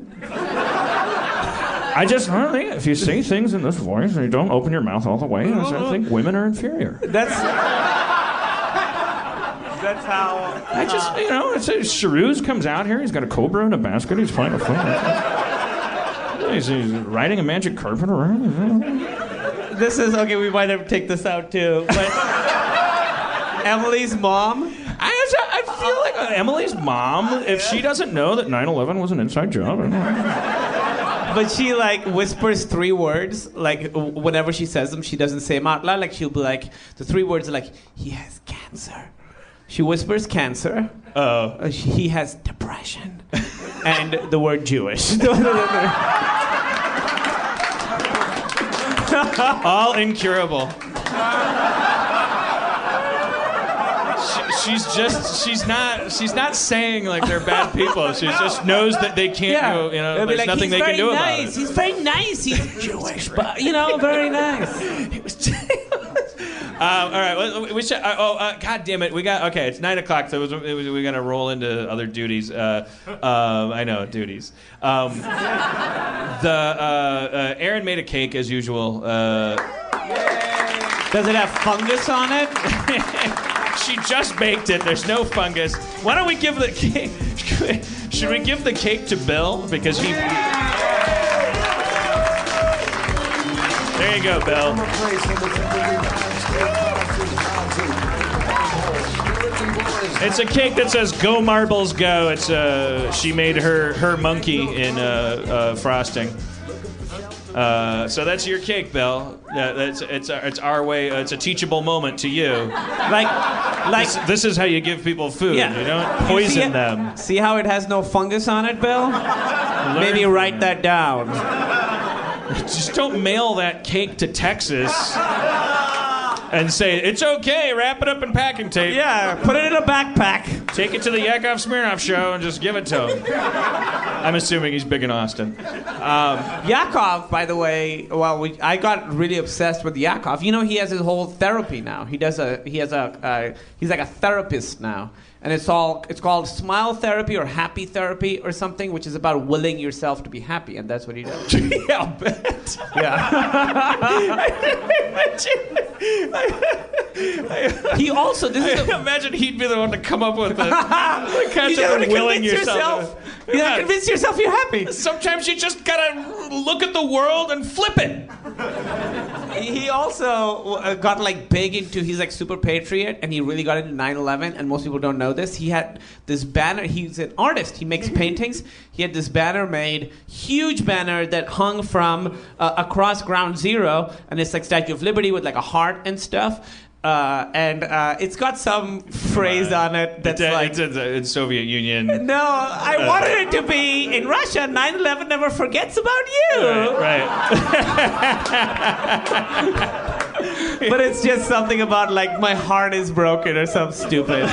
S1: I just don't think if you say things in this voice and you don't open your mouth all the way, I just think women are inferior.
S2: that's that's how.
S1: I just, you know, it's it's- Sharooz comes out here, he's got a cobra in a basket, he's playing a flute. He's, he's riding a magic carpet around.
S2: This is okay. We might have to take this out too, but. Emily's mom.
S1: I, just- I feel like Emily's mom, if she doesn't know that 9 11 was an inside job, I don't know.
S2: But she like whispers three words. Like w- whenever she says them, she doesn't say them out loud. Like she'll be like the three words are like he has cancer. She whispers cancer. Oh. he has depression. and the word Jewish. No, no, no, no.
S1: All incurable. She- She's just she's not she's not saying like they're bad people. She just knows that they can't go, you know
S2: They'll be
S1: there's
S2: like,
S1: nothing
S2: he's
S1: they
S2: very
S1: can do
S2: nice.
S1: about it.
S2: He's very nice. He's Jewish, but you know, very nice.
S1: Um, all right, well, we- we should. Uh, oh, uh, god damn it, we got okay. It's nine o'clock, so it was, it was, we gotta roll into other duties. Uh, um, I know duties. Um, the uh, uh, Aaron made a cake as usual. Uh,
S2: Does it have fungus on it?
S1: She just baked it. There's no fungus. Why don't we give the cake? Should we give the cake to Bill because he? There you go, Bill. It's a cake that says "Go Marbles Go." It's uh, she made her her monkey in uh, uh, frosting. Uh, so that's your cake, Bill. Uh, that's, it's it's our way. Uh, it's a teachable moment to you.
S2: Like, like
S1: This, this is how you give people food.
S2: Yeah.
S1: You don't
S2: You see
S1: poison
S2: it?
S1: them.
S2: See how it has no fungus on it, Bill? Maybe
S1: Learn-
S2: write that down.
S1: Just don't mail that cake to Texas and say, it's okay, wrap it up in packing tape.
S2: Yeah, put it in a backpack.
S1: Take it to the Yakov Smirnov show and just give it to him. I'm assuming he's big in Austin.
S2: Yakov, by the way, well, we, I got really obsessed with Yakov. You know, he has his whole therapy now. He does a he has a uh, he's like a therapist now, and it's all it's called smile therapy or happy therapy or something, which is about willing yourself to be happy, and that's what he does.
S1: yeah, I'll bet.
S2: he also this is a,
S1: Imagine he'd be the one to come up with the, the
S2: you
S1: concept
S2: gotta
S1: of willing
S2: convince
S1: yourself.
S2: You gotta
S1: Yeah.
S2: convince yourself you're happy.
S1: Sometimes you just gotta look at the world and flip it.
S2: He also uh, got like big into he's like super patriot and he really got into 9/11 and most people don't know this. He had this banner. He's an artist. He makes paintings. He had this banner made, huge banner that hung from uh, across Ground Zero and it's like Statue of Liberty with like a heart and stuff. Uh, and uh, it's got some phrase on it that's
S1: It's, uh,
S2: like
S1: it's, it's, uh, it's Soviet Union.
S2: no, I wanted it to be in Russia. 9/11 never forgets about you.
S1: Right.
S2: but it's just something about like my heart is broken or some stupid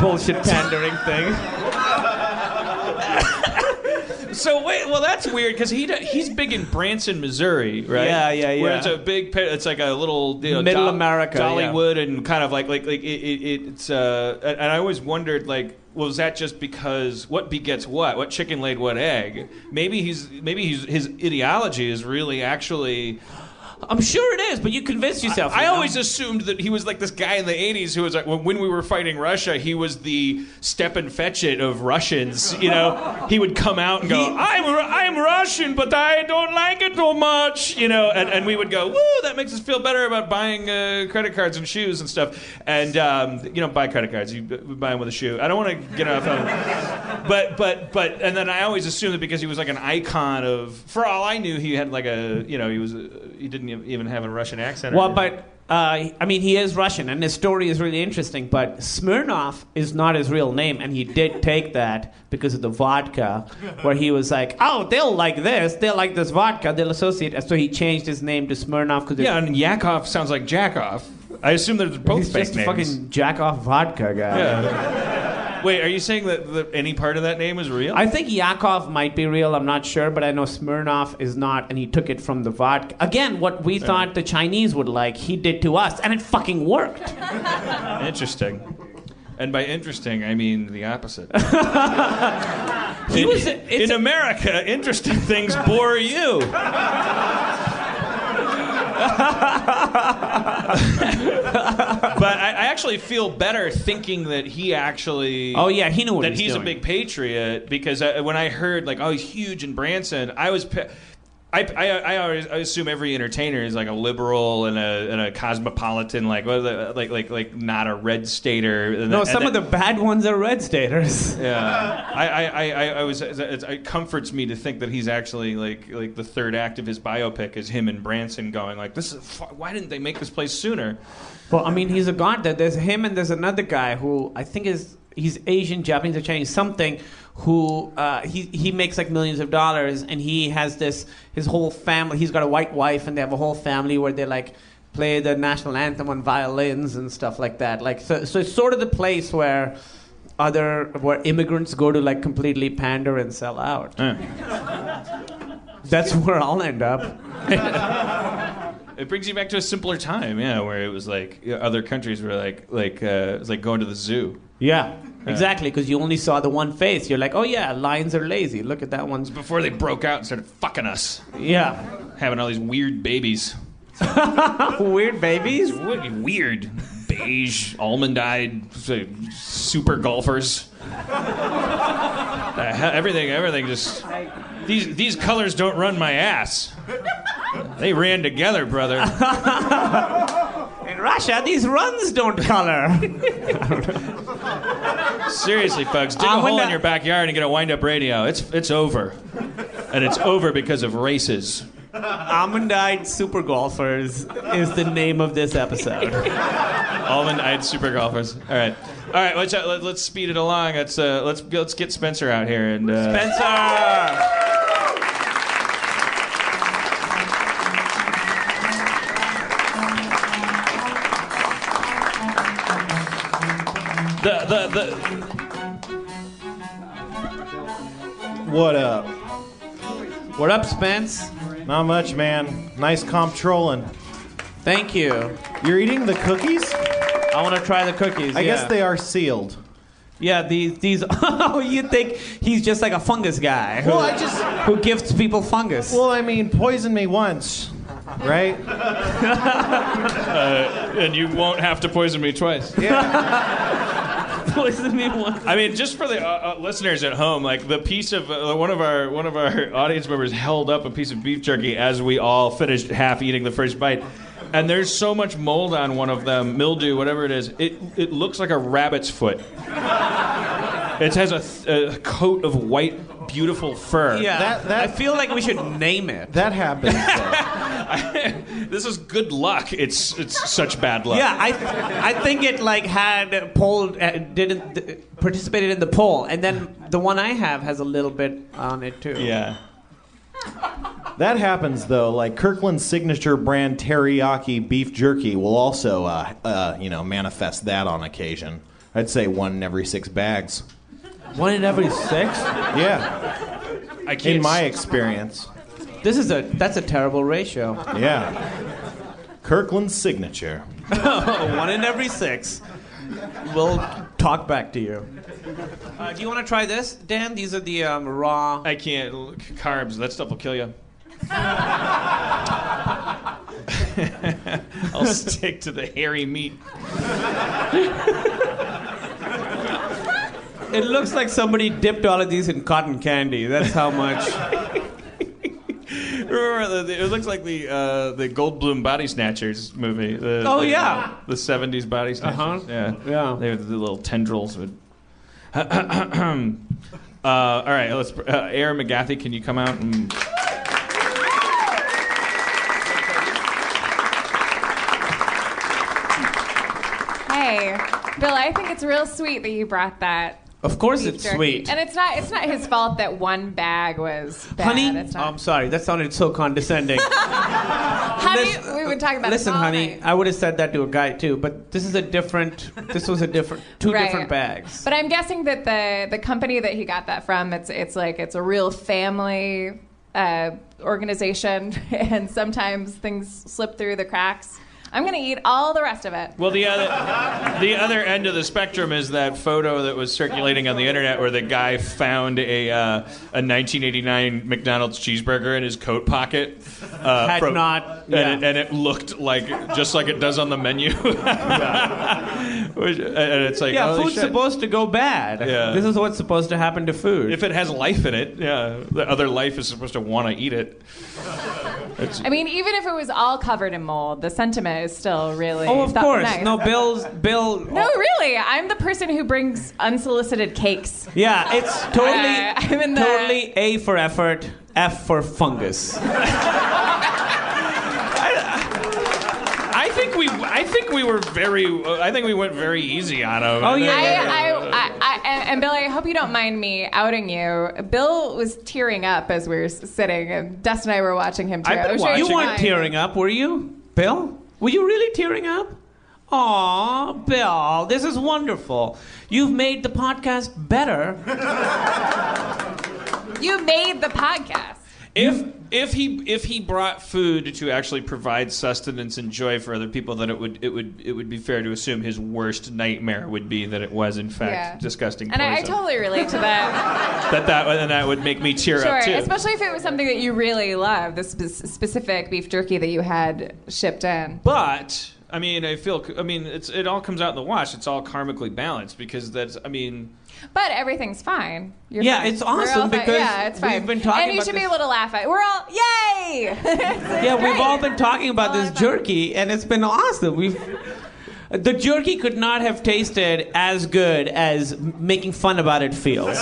S2: bullshit pandering thing.
S1: So wait, well that's weird because he do- he's big in Branson, Missouri, right?
S2: Yeah, yeah,
S1: Where
S2: yeah.
S1: it's a big, pa- it's like a little you know,
S2: Middle
S1: Do-
S2: America, yeah.
S1: Dollywood, and kind of like like like it, it, it's. Uh, and and I always wondered like. Was that just because what begets what? What chicken laid what egg? Maybe he's maybe he's, his ideology is really actually.
S2: I'm sure it is, but you convince yourself.
S1: I
S2: you know?
S1: always assumed that he was like this guy in the '80s who was like when when we were fighting Russia, he was the step and fetch it of Russians. You know, he would come out and go,
S2: He-
S1: "I'm Ru- I'm Russian, but I don't like it so much." You know, and, and we would go, "Woo, that makes us feel better about buying uh, credit cards and shoes and stuff." And um, you know, buy credit cards, you b- buy them with a shoe. I don't want to get off on, but but but, and then I always assumed that because he was like an icon of, for all I knew, he had like a, you know, he was a, he didn't e-, even have a Russian accent. or
S2: Well,
S1: anything.
S2: but uh, I mean, he is Russian, and his story is really interesting. But Smirnov is not his real name, and he did take that because of the vodka, where he was like, "Oh, they'll like this. They'll like this vodka. They'll associate." And so he changed his name to Smirnov because
S1: Yeah, and Yakov sounds like Jackoff. I assume they're both
S2: he's
S1: fake
S2: just a
S1: names.
S2: fucking jack off vodka guy.
S1: Wait, are you saying that, that any part of that name is real?
S2: I think Yakov might be real. I'm not sure, but I know Smirnov is not, and he took it from the vodka. Again, what we thought the Chinese would like, he did to us, and it fucking worked.
S1: interesting. And by interesting, I mean the opposite.
S2: He was.
S1: In
S2: It's,
S1: America, interesting things bore you. but I, I actually feel better thinking that he actually.
S2: oh yeah, he knew what
S1: that
S2: he
S1: he's
S2: was
S1: a
S2: doing.
S1: big patriot because I, when I heard like oh he's huge in Branson, I was. Pe- I, I, I always I assume every entertainer is like a liberal and a, and a cosmopolitan like what are the, like like like not a red stater. And
S2: No,
S1: then-
S2: some
S1: and
S2: of the bad ones are red staters.
S1: yeah, I, I, I, I- I was. it's- it's- It comforts me to think that he's actually like, like the third act of his biopic is him and Branson going like, this is fu- why didn't they make this place sooner?
S2: Well, I mean, he's a god. That there's him, and there's another guy who I think is he's Asian, Japanese, or Chinese, something. Who uh, he he makes like millions of dollars, and he has this his whole family. He's got a white wife, and they have a whole family where they like play the national anthem on violins and stuff like that. Like so, so it's sort of the place where other where immigrants go to like completely pander and sell out. That's where I'll end up.
S1: It brings you back to a simpler time, yeah, where it was like yeah, other countries were like, like uh, it's like going to the zoo.
S2: Yeah, exactly. Because you only saw the one face. You're like, oh yeah, lions are lazy. Look at that one's.
S1: Before they broke out and started fucking us,
S2: Yeah,
S1: having all these weird babies.
S2: Weird babies.
S1: What weird beige almond-eyed say, super golfers. The he- everything, everything just these these colors don't run my ass. They ran together, brother.
S2: In Russia, these runs don't color.
S1: Seriously, folks, dig
S2: I'm
S1: a hole
S2: gonna-
S1: in your backyard and get a wind-up radio. It's it's over, and it's over because of races.
S2: Almond-eyed super golfers is the name of this episode.
S1: Almond-eyed super golfers. All right, all right. Let's uh, let, let's speed it along. Let's uh, let's let's get Spencer out here and uh,
S2: Spencer.
S1: the the the.
S6: What up?
S2: What up, Spence?
S6: Not much, man. Nice comp trolling.
S2: Thank you.
S6: You're eating the cookies?
S2: I want to try the cookies.
S6: I guess
S2: yeah.
S6: they are sealed.
S2: Yeah, these these. Oh, you think he's just like a fungus guy who,
S6: Well, I just.
S2: who gifts people fungus?
S6: Well, I mean, poison me once, right?
S1: And you won't have to poison me twice.
S2: poison me once.
S1: I mean, just for the uh, uh, listeners at home, like the piece of uh, one of our one of our audience members held up a piece of beef jerky as we all finished half eating the first bite, and there's so much mold on one of them, mildew, whatever it is. It it looks like a rabbit's foot. It has a, th- a coat of white, beautiful fur.
S2: Yeah,
S6: That- that-
S2: I feel like we should name it.
S6: That happens. though.
S1: this is good luck. It's it's such bad luck.
S2: Yeah, I I think it like had polled uh, didn't th- participated in the poll, and then the one I have has a little bit on it too.
S1: Yeah.
S6: That happens though. Like Kirkland's signature brand teriyaki beef jerky will also, uh, uh, you know, manifest that on occasion. I'd say one in every six bags.
S2: One in every six.
S6: Yeah,
S1: I can't.
S6: in my experience.
S2: This is a that's a terrible ratio.
S6: Yeah. Kirkland's signature.
S2: One in every six. We'll talk back to you. Uh, do you want to try this, Dan? These are the um, raw.
S1: I can't. Carbs. That stuff will kill you. I'll stick to the hairy meat.
S2: It looks like somebody dipped all of these in cotton candy. That's how much.
S1: Remember, the, the- it looks like the uh, the Goldblum Body Snatchers movie. The,
S2: Oh,
S1: the-
S2: yeah.
S1: the '70s Body Snatchers.
S2: Uh-huh.
S1: Yeah,
S2: Yeah.
S1: They were the little tendrils. Would... uh, all right, let's. Uh, Aaron McGathy, can you come out? And...
S5: Hey, Bill, I think it's real sweet that you brought that.
S2: Of course,
S5: beef
S2: it's
S5: jerky.
S2: sweet.
S5: And it's not it's not his fault that one bag was bad.
S2: Honey, Oh, um,
S5: It's not-
S2: I'm sorry. That sounded so condescending.
S5: honey,
S2: listen-
S5: we've been talking about
S2: Listen,
S5: this all
S2: honey,
S5: night.
S2: I would have said that to a guy too, but this is a different. This was a different. Two
S5: Right.
S2: different bags.
S5: But I'm guessing that the the company that he got that from, it's it's like it's a real family uh, organization, and sometimes things slip through the cracks. I'm gonna eat all the rest of it.
S1: Well, the other the other end of the spectrum is that photo that was circulating on the internet where the guy found a uh, a 1989 McDonald's cheeseburger in his coat pocket. Uh,
S2: Had not-
S1: and,
S2: yeah.
S1: it, and it looked like just like it does on the menu. Which, and it's like,
S2: yeah,
S1: holy
S2: food's
S1: shit.
S2: supposed to go bad.
S1: Yeah.
S2: This is what's supposed to happen to food.
S1: If it has life in it, yeah, the other life is supposed to want to eat it.
S5: I mean, even if it was all covered in mold, the sentiment is still really.
S2: oh, of
S5: that-
S2: course.
S5: nice.
S2: No, Bill's Bill.
S5: No, really, I'm the person who brings unsolicited cakes.
S2: Yeah, it's totally
S5: Uh, I'm in the-
S2: totally A for effort, F for fungus.
S1: I think we I think we were very I think we went very easy on him.
S2: Oh, yeah,
S5: I,
S2: yeah,
S5: I, I, I, and and Billy, I hope you don't mind me outing you. Bill was tearing up as we were s- sitting, and Dust and I were watching him too.
S1: I've been
S5: I'm sure
S1: watching-
S5: you
S2: You weren't
S5: mind.
S2: tearing up, were you, Bill? Were you really tearing up? Aw, Bill, this is wonderful. You've made the podcast better.
S5: You made the podcast.
S1: If if he if he brought food to actually provide sustenance and joy for other people, then it would it would it would be fair to assume his worst nightmare would be that it was in fact
S5: Yeah.
S1: disgusting
S5: And
S1: poison.
S5: I, I totally relate to that.
S1: that that and that would make me tear
S5: sure,
S1: up too.
S5: especially if it was something that you really love, this spe- specific beef jerky that you had shipped in.
S1: But I mean, I feel. I mean, it's it all comes out in the wash. It's all karmically balanced because that's. I mean,
S5: But everything's fine. You're
S2: Yeah,
S5: fine.
S2: it's
S5: We're all
S2: awesome
S5: fine.
S2: because
S5: yeah, it's fine.
S2: we've been talking
S5: and you
S2: about
S5: should be
S2: this-
S5: able to laugh at. We're all yay.
S2: Yeah, we've all been talking about
S5: All
S2: this
S5: about it.
S2: jerky, and it's been awesome. We've the jerky could not have tasted as good as m- making fun about it feels.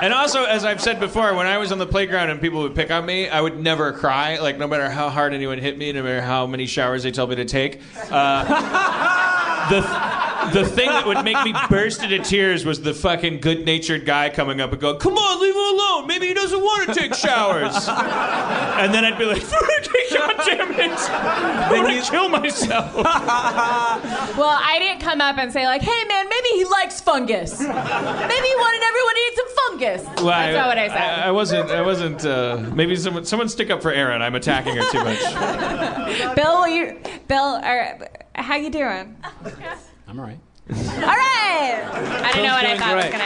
S1: and also as I've said before, when I was on the playground and people would pick on me, I would never cry. Like no matter how hard anyone hit me, no matter how many showers they told me to take, uh, the. the thing that would make me burst into tears was the fucking good-natured guy coming up and going, "Come on, leave him alone. Maybe he doesn't want to take showers." and then I'd be like, "God damn it! I'm gonna kill myself."
S5: well, I didn't come up and say like, "Hey, man, maybe he likes fungus. maybe he wanted everyone to eat some fungus."
S1: Well,
S5: That's not what I said.
S1: I, wasn't. I wasn't. Uh, maybe someone, someone stick up for Aaron. I'm attacking her too much.
S5: Bill, will you, Bill, or, how you doing?
S3: I'm all right.
S5: All right. I don't know what I
S2: doing
S5: thought was
S2: great.
S5: gonna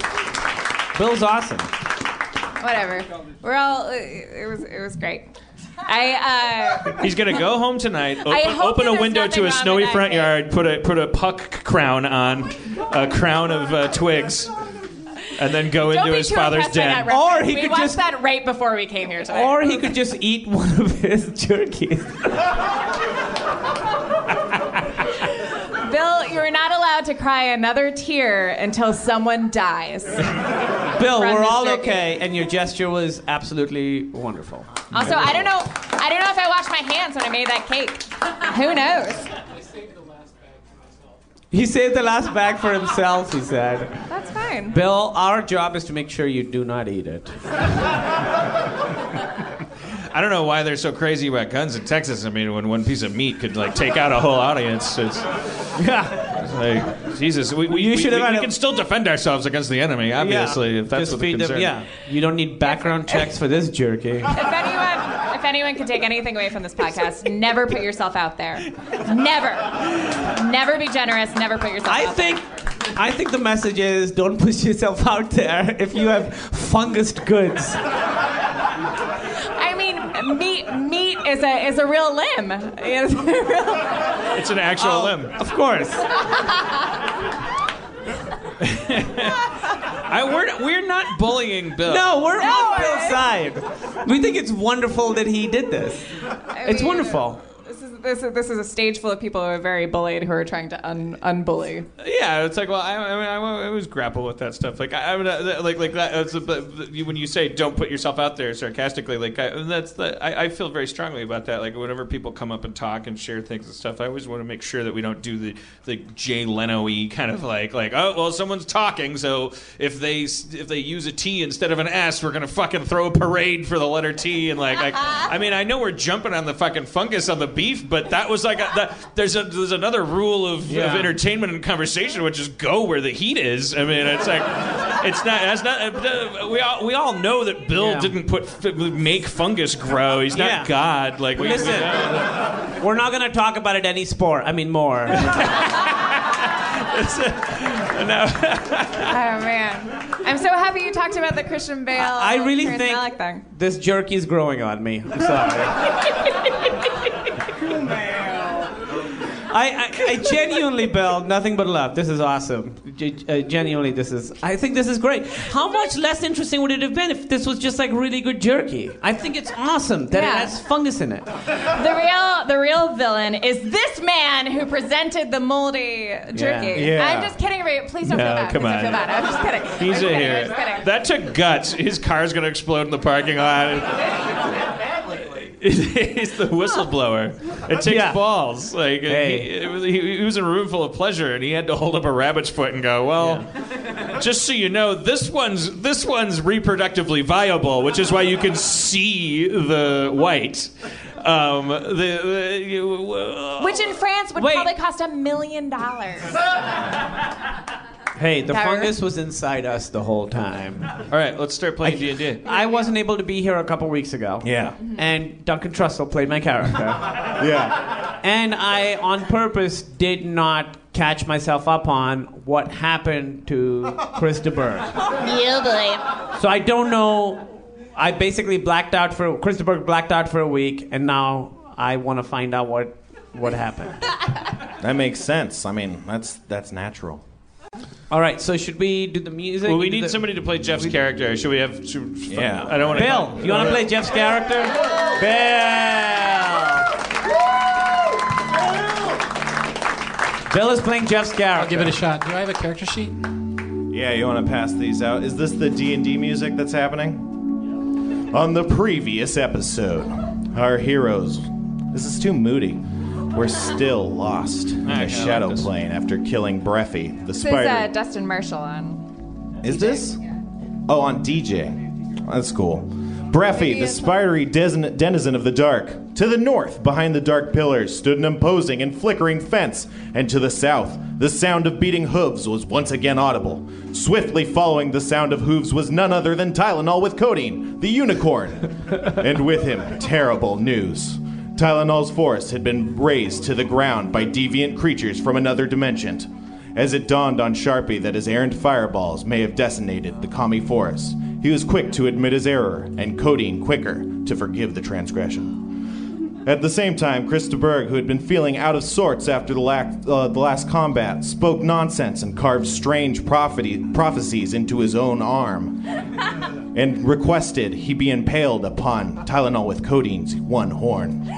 S5: happen. to
S2: Bill's awesome.
S5: her. Whatever. We're all. It was. It was great. I. Uh,
S1: He's gonna go home tonight. Open,
S5: I hope
S1: open
S5: that
S1: a
S5: there's
S1: window
S5: nothing
S1: to a
S5: wrong
S1: snowy
S5: with that
S1: front
S5: kid.
S1: yard. Put a put a puck crown on, a crown of uh, twigs, and then go
S5: don't
S1: into
S5: be
S1: his
S5: too
S1: father's
S5: impressed by
S1: den.
S5: that reference.
S2: Or he
S5: we
S2: could
S5: watched
S2: just-
S5: that right before we came here today.
S2: Or he could just eat one of his jerkies.
S5: Bill, you are not allowed to cry another tear until someone dies.
S2: Bill,
S5: From
S2: we're
S5: this
S2: all
S5: jerky.
S2: okay, and your gesture was absolutely wonderful.
S5: Also, I don't know. I don't know if I washed my hands when I made that cake. Who knows?
S2: He saved the last bag for himself. He said.
S5: That's fine.
S2: Bill, our job is to make sure you do not eat it.
S1: I don't know why they're so crazy about guns in Texas. I mean, when one piece of meat could like take out a whole audience, it's
S2: Yeah.
S1: it's like Jesus. We, we,
S2: You
S1: we,
S2: should have
S1: we-
S2: had
S1: we
S2: a-
S1: can still defend ourselves against the enemy, obviously, if that's
S2: Just
S1: what the
S2: feed them-
S1: concern.
S2: yeah. You don't need background checks for this jerky.
S5: If anyone, if anyone could take anything away from this podcast, never put yourself out there. Never, never be generous. Never put yourself.
S2: I
S5: out
S2: think I think the message is don't push yourself out there if you have fungus goods.
S5: There. I mean, meat, meat is a is a real limb. Is a real-
S1: It's an actual
S5: Oh.
S1: limb.
S2: Of course.
S1: I, we're, we're not bullying Bill.
S2: No, we're on
S5: we're-
S2: Bill's side. We think it's wonderful that he did this. It's
S5: mean-
S2: wonderful.
S5: This is, this, is, this is a stage full of people who are very bullied who are trying to un, unbully.
S1: Yeah, it's like, well, I, I mean, I, I always grapple with that stuff. Like, I, I'm not, like, like that. It's a, but you- when you say "don't put yourself out there" sarcastically, like I, that's the, I, I feel very strongly about that. Like, whenever people come up and talk and share things and stuff, I always want to make sure that we don't do the the Jay Leno-y kind of like, like, oh, well, someone's talking, so if they s- if they use a T instead of an S, we're gonna fucking throw a parade for the letter T. And like, like I mean, I know we're jumping on the fucking fungus on the beef, but that was like, a, that, there's a there's another rule of, of
S2: Yeah.
S1: entertainment entertainment and conversation would just go where the heat is. I mean, it's like, it's not. That's not. uh, we all we all know that Bill
S2: Yeah.
S1: didn't put f- make fungus grow. He's not
S2: Yeah.
S1: God. Like, we,
S2: Listen. We're not gonna talk about it any sport. I mean more.
S5: Oh man, I'm so happy you talked about the Christian Bale.
S2: I really
S5: Terrence
S2: think
S5: Malick thing.
S2: this jerky's growing on me. I'm sorry. I, I, I genuinely, Bill, nothing but love. This is awesome. G- uh, genuinely, this is. I think this is great. How much less interesting would it have been if this was just like really good jerky? I think it's awesome that
S5: Yeah.
S2: it has fungus in it.
S5: The real the real villain is this man who presented the moldy jerky.
S6: Yeah. Yeah.
S5: I'm just kidding, Ray. Please don't
S1: No,
S5: feel bad.
S1: come
S5: Please don't
S1: on.
S5: feel bad. I'm just kidding.
S1: he's
S5: I'm
S1: a
S5: just kidding. I'm
S1: hero.
S5: just kidding.
S1: That took guts. His car's gonna explode in the parking lot. He's the whistleblower. It takes
S2: Yeah.
S1: balls. Like
S2: Hey.
S1: he, it was, he, he was in a room full of pleasure, and he had to hold up a rabbit's foot and go, "Well, just so you know, this one's this one's reproductively viable, which is why you can see the white." Um, the, the, you,
S5: Which in France would
S2: Wait.
S5: probably cost a million dollars.
S2: Hey, the
S5: Power.
S2: fungus was inside us the whole time.
S1: All right, let's start playing D and D.
S2: I wasn't able to be here a couple weeks ago.
S6: Yeah.
S2: And Duncan Trussell played my character.
S6: Yeah.
S2: and I, on purpose, did not catch myself up on what happened to Chris DeBerg.
S7: You believe.
S2: So I don't know. I basically blacked out for Chris DeBerg blacked out for a week, and now I want to find out what what happened.
S6: That makes sense. I mean, that's that's natural.
S2: All right. So should we do the music?
S1: Well, we
S2: Do the-
S1: need somebody to play Jeff's character. Should we have? Should,
S6: Yeah.
S1: I don't want
S2: Bill, you want to play Jeff's character? Bill. Bill is playing Jeff's character.
S3: I'll give it a shot. Do I have a character sheet?
S6: Yeah, you want to pass these out? Is this the D and D music that's happening? On the previous episode, our heroes. This is too moody. We're still lost in
S1: I
S6: the
S1: kinda
S6: shadow
S1: like this.
S6: plane after killing Breffy, the
S5: This is uh,
S6: spider.
S5: Dustin Marshall on.
S6: Is this? Oh, on DJ. That's cool. Breffy, the spidery desen- denizen of the dark. To the north, behind the dark pillars, stood an imposing and flickering fence, and to the south, the sound of beating hooves was once again audible. Swiftly following the sound of hooves was none other than Tylenol with codeine, the unicorn. and with him, terrible news. Tylenol's forest had been razed to the ground by deviant creatures from another dimension. As it dawned on Sharpie that his errant fireballs may have decimated the Kami forest, he was quick to admit his error, and Codeine quicker to forgive the transgression. At the same time, Chris DeBerg, who had been feeling out of sorts after the, lac- uh, the last combat, spoke nonsense and carved strange prophe- prophecies into his own arm, and requested he be impaled upon Tylenol with Codeine's one horn.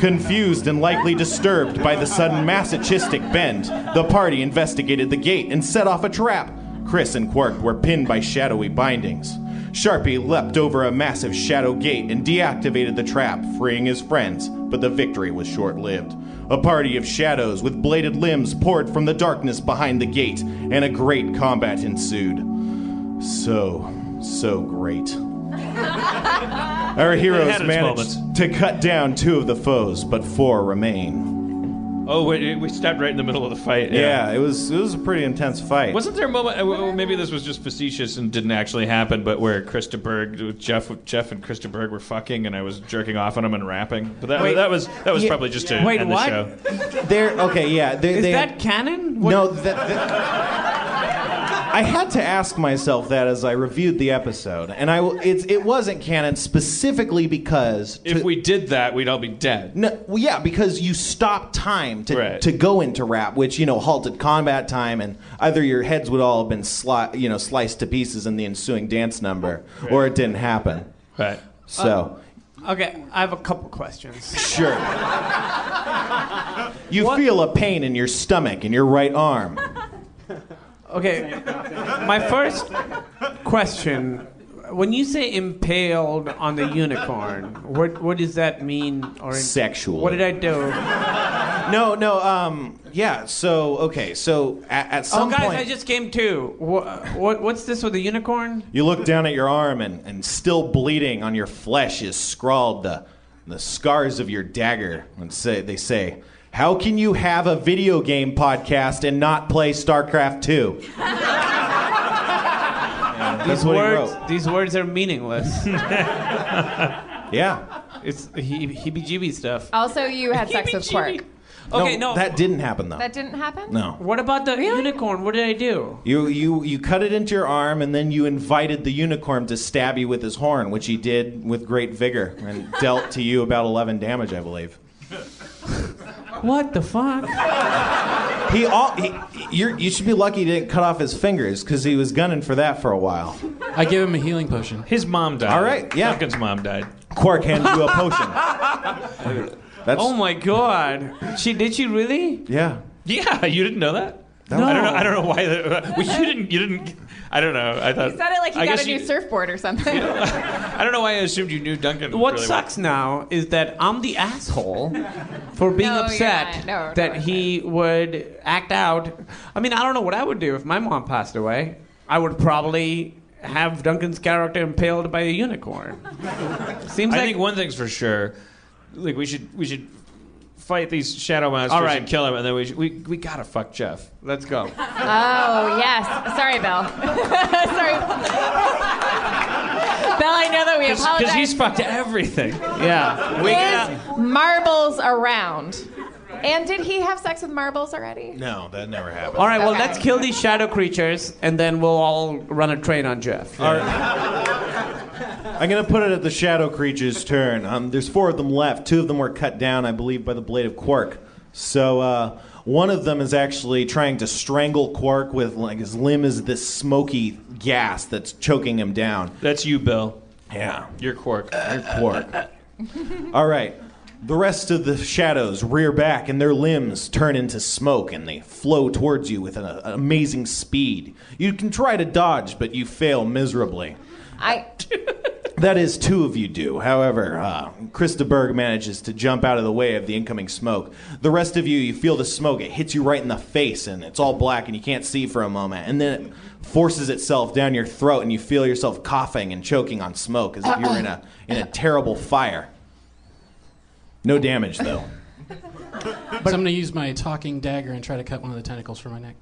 S6: Confused and likely disturbed by the sudden masochistic bend, the party investigated the gate and set off a trap. Chris and Quirk were pinned by shadowy bindings. Sharpie leapt over a massive shadow gate and deactivated the trap, freeing his friends, but the victory was short lived. A party of shadows with bladed limbs poured from the darkness behind the gate, and a great combat ensued. So, so great. Our heroes
S1: its
S6: managed
S1: moments.
S6: to cut down two of the foes, but four remain.
S1: to. Oh, wait, we stopped right in the middle of the fight.
S6: Yeah, it was it was a pretty intense fight.
S1: Wasn't there a moment? uh, well, Maybe this was just facetious and didn't actually happen, but where Krista Berg, Jeff, Jeff and Krista Berg were fucking, and I was jerking off on him and rapping. But that,
S2: Wait.
S1: that was that was
S2: Yeah.
S1: probably just to
S2: Wait,
S1: end
S2: what?
S1: the show.
S6: there? Okay, yeah. They,
S2: Is
S6: they,
S2: that canon?
S6: no? That, that- I had to ask myself that as I reviewed the episode, and I will- it's it wasn't canon specifically because to-
S1: If we did that, we'd all be dead.
S6: No, well, yeah, because you stop time to
S1: Right.
S6: to go into rap, which you know halted combat time, and either your heads would all have been sli- you know sliced to pieces in the ensuing dance number, or it didn't happen.
S1: Right.
S6: So
S2: Okay, I have a couple questions.
S6: sure, you feel a pain in your stomach and your right arm.
S2: Okay, my first question: When you say impaled on the unicorn, what what does that mean? Or in-
S6: Sexually.
S2: What did I do?
S6: No, no, um, yeah. So okay, so at, at
S2: Oh,
S6: some
S2: guys,
S6: point,
S2: I just came to. What, what what's this with the unicorn?
S6: you look down at your arm, and, and still bleeding on your flesh is scrawled the the scars of your dagger, and say they say. How can you have a video game podcast and not play StarCraft 2? that's
S2: These
S6: what he
S2: words,
S6: wrote.
S2: These words are meaningless.
S6: Yeah.
S2: it's he, heebie-jeebie stuff.
S5: Also, you had sex with Quark.
S2: Okay, no.
S6: That didn't happen though.
S5: That didn't happen.
S6: no.
S2: what about the unicorn? What did I do?
S6: You you you cut it into your arm and then you invited the unicorn to stab you with his horn, which he did with great vigor and dealt to you about 11 damage, I believe.
S2: What the fuck?
S6: He all he, you're, you should be lucky he didn't cut off his fingers because he was gunning for that for a while.
S3: I give him a healing potion.
S1: His mom died.
S6: All right, yeah.
S1: Duncan's mom died.
S6: Quark handed you a potion. That's
S2: Oh my god. She did she really?
S6: yeah.
S1: Yeah, you didn't know that. I don't know. I don't know why. That, well, you didn't. You didn't. I don't know. I thought.
S5: He said it like he
S1: I
S5: got
S1: guess
S5: a new
S1: you-
S5: surfboard or something.
S1: I don't know why I assumed you knew Duncan.
S2: What
S1: really well.
S2: sucks now is that I'm the asshole for being
S5: No, you're
S2: upset
S5: not. No, no,
S2: that
S5: no.
S2: he would act out. I mean, I don't know what I would do if my mom passed away. I would probably have Duncan's character impaled by a unicorn. Seems
S1: I
S2: like
S1: think one thing's for sure. Like we should we should fight these shadow monsters
S2: All right.
S1: and kill them, and then we, sh- we we gotta fuck Jeff. Let's go.
S5: Oh yes. Sorry, Bill. Sorry. Bill, I know that we
S1: Because
S5: apologize.
S1: he's fucked everything.
S2: Yeah. We gotta-
S5: Is marbles around? And did he have sex with marbles already?
S6: No, that never happened.
S2: all right, well,
S5: Okay.
S2: let's kill these shadow creatures, and then we'll all run a train on Jeff.
S6: I'm gonna put it at the shadow creature's turn. Um, there's four of them left. Two of them were cut down, I believe, by the blade of Quark. So uh, one of them is actually trying to strangle Quark with like his limb is this smoky gas that's choking him down.
S1: That's you, Bill.
S6: Yeah,
S1: You're Quark.
S6: you're Quark. All right. The rest of the shadows rear back and their limbs turn into smoke and they flow towards you with an, an amazing speed. You can try to dodge, but you fail miserably.
S5: I.
S6: That is, two of you do. However, uh, Krista Berg manages to jump out of the way of the incoming smoke. The rest of you, you feel the smoke. It hits you right in the face, and it's all black, and you can't see for a moment. And then it forces itself down your throat, and you feel yourself coughing and choking on smoke as if you were in a, in a terrible fire. No damage, though.
S3: so I'm gonna use my talking dagger and try to cut one of the tentacles from my neck.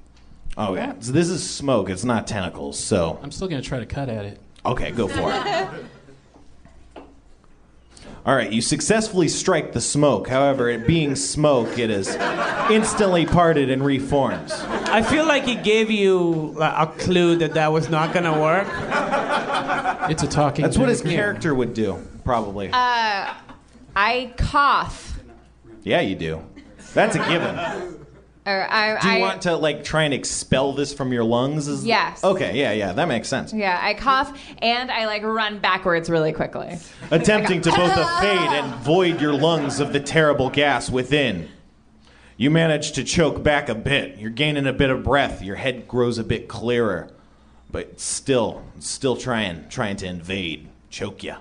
S6: Oh, yeah. So this is smoke, it's not tentacles, so.
S3: I'm still gonna try to cut at it.
S6: Okay, go for it. All right, you successfully strike the smoke. However, it being smoke, it is instantly parted and reforms.
S2: I feel like he gave you uh, a clue that that was not going to work.
S3: It's a talking.
S6: That's what his
S3: dagger.
S6: character would do, probably.
S5: Uh, I cough.
S6: yeah, you do. That's a given.
S5: Or I.
S6: Do you
S5: I
S6: want to like try and expel this from your lungs? Is
S5: Yes.
S6: Okay, yeah, yeah, that makes sense.
S5: yeah, I cough and I like run backwards really quickly.
S6: attempting to both evade and void your lungs of the terrible gas within. You manage to choke back a bit. You're gaining a bit of breath. Your head grows a bit clearer, but still, still trying, trying to invade, choke you.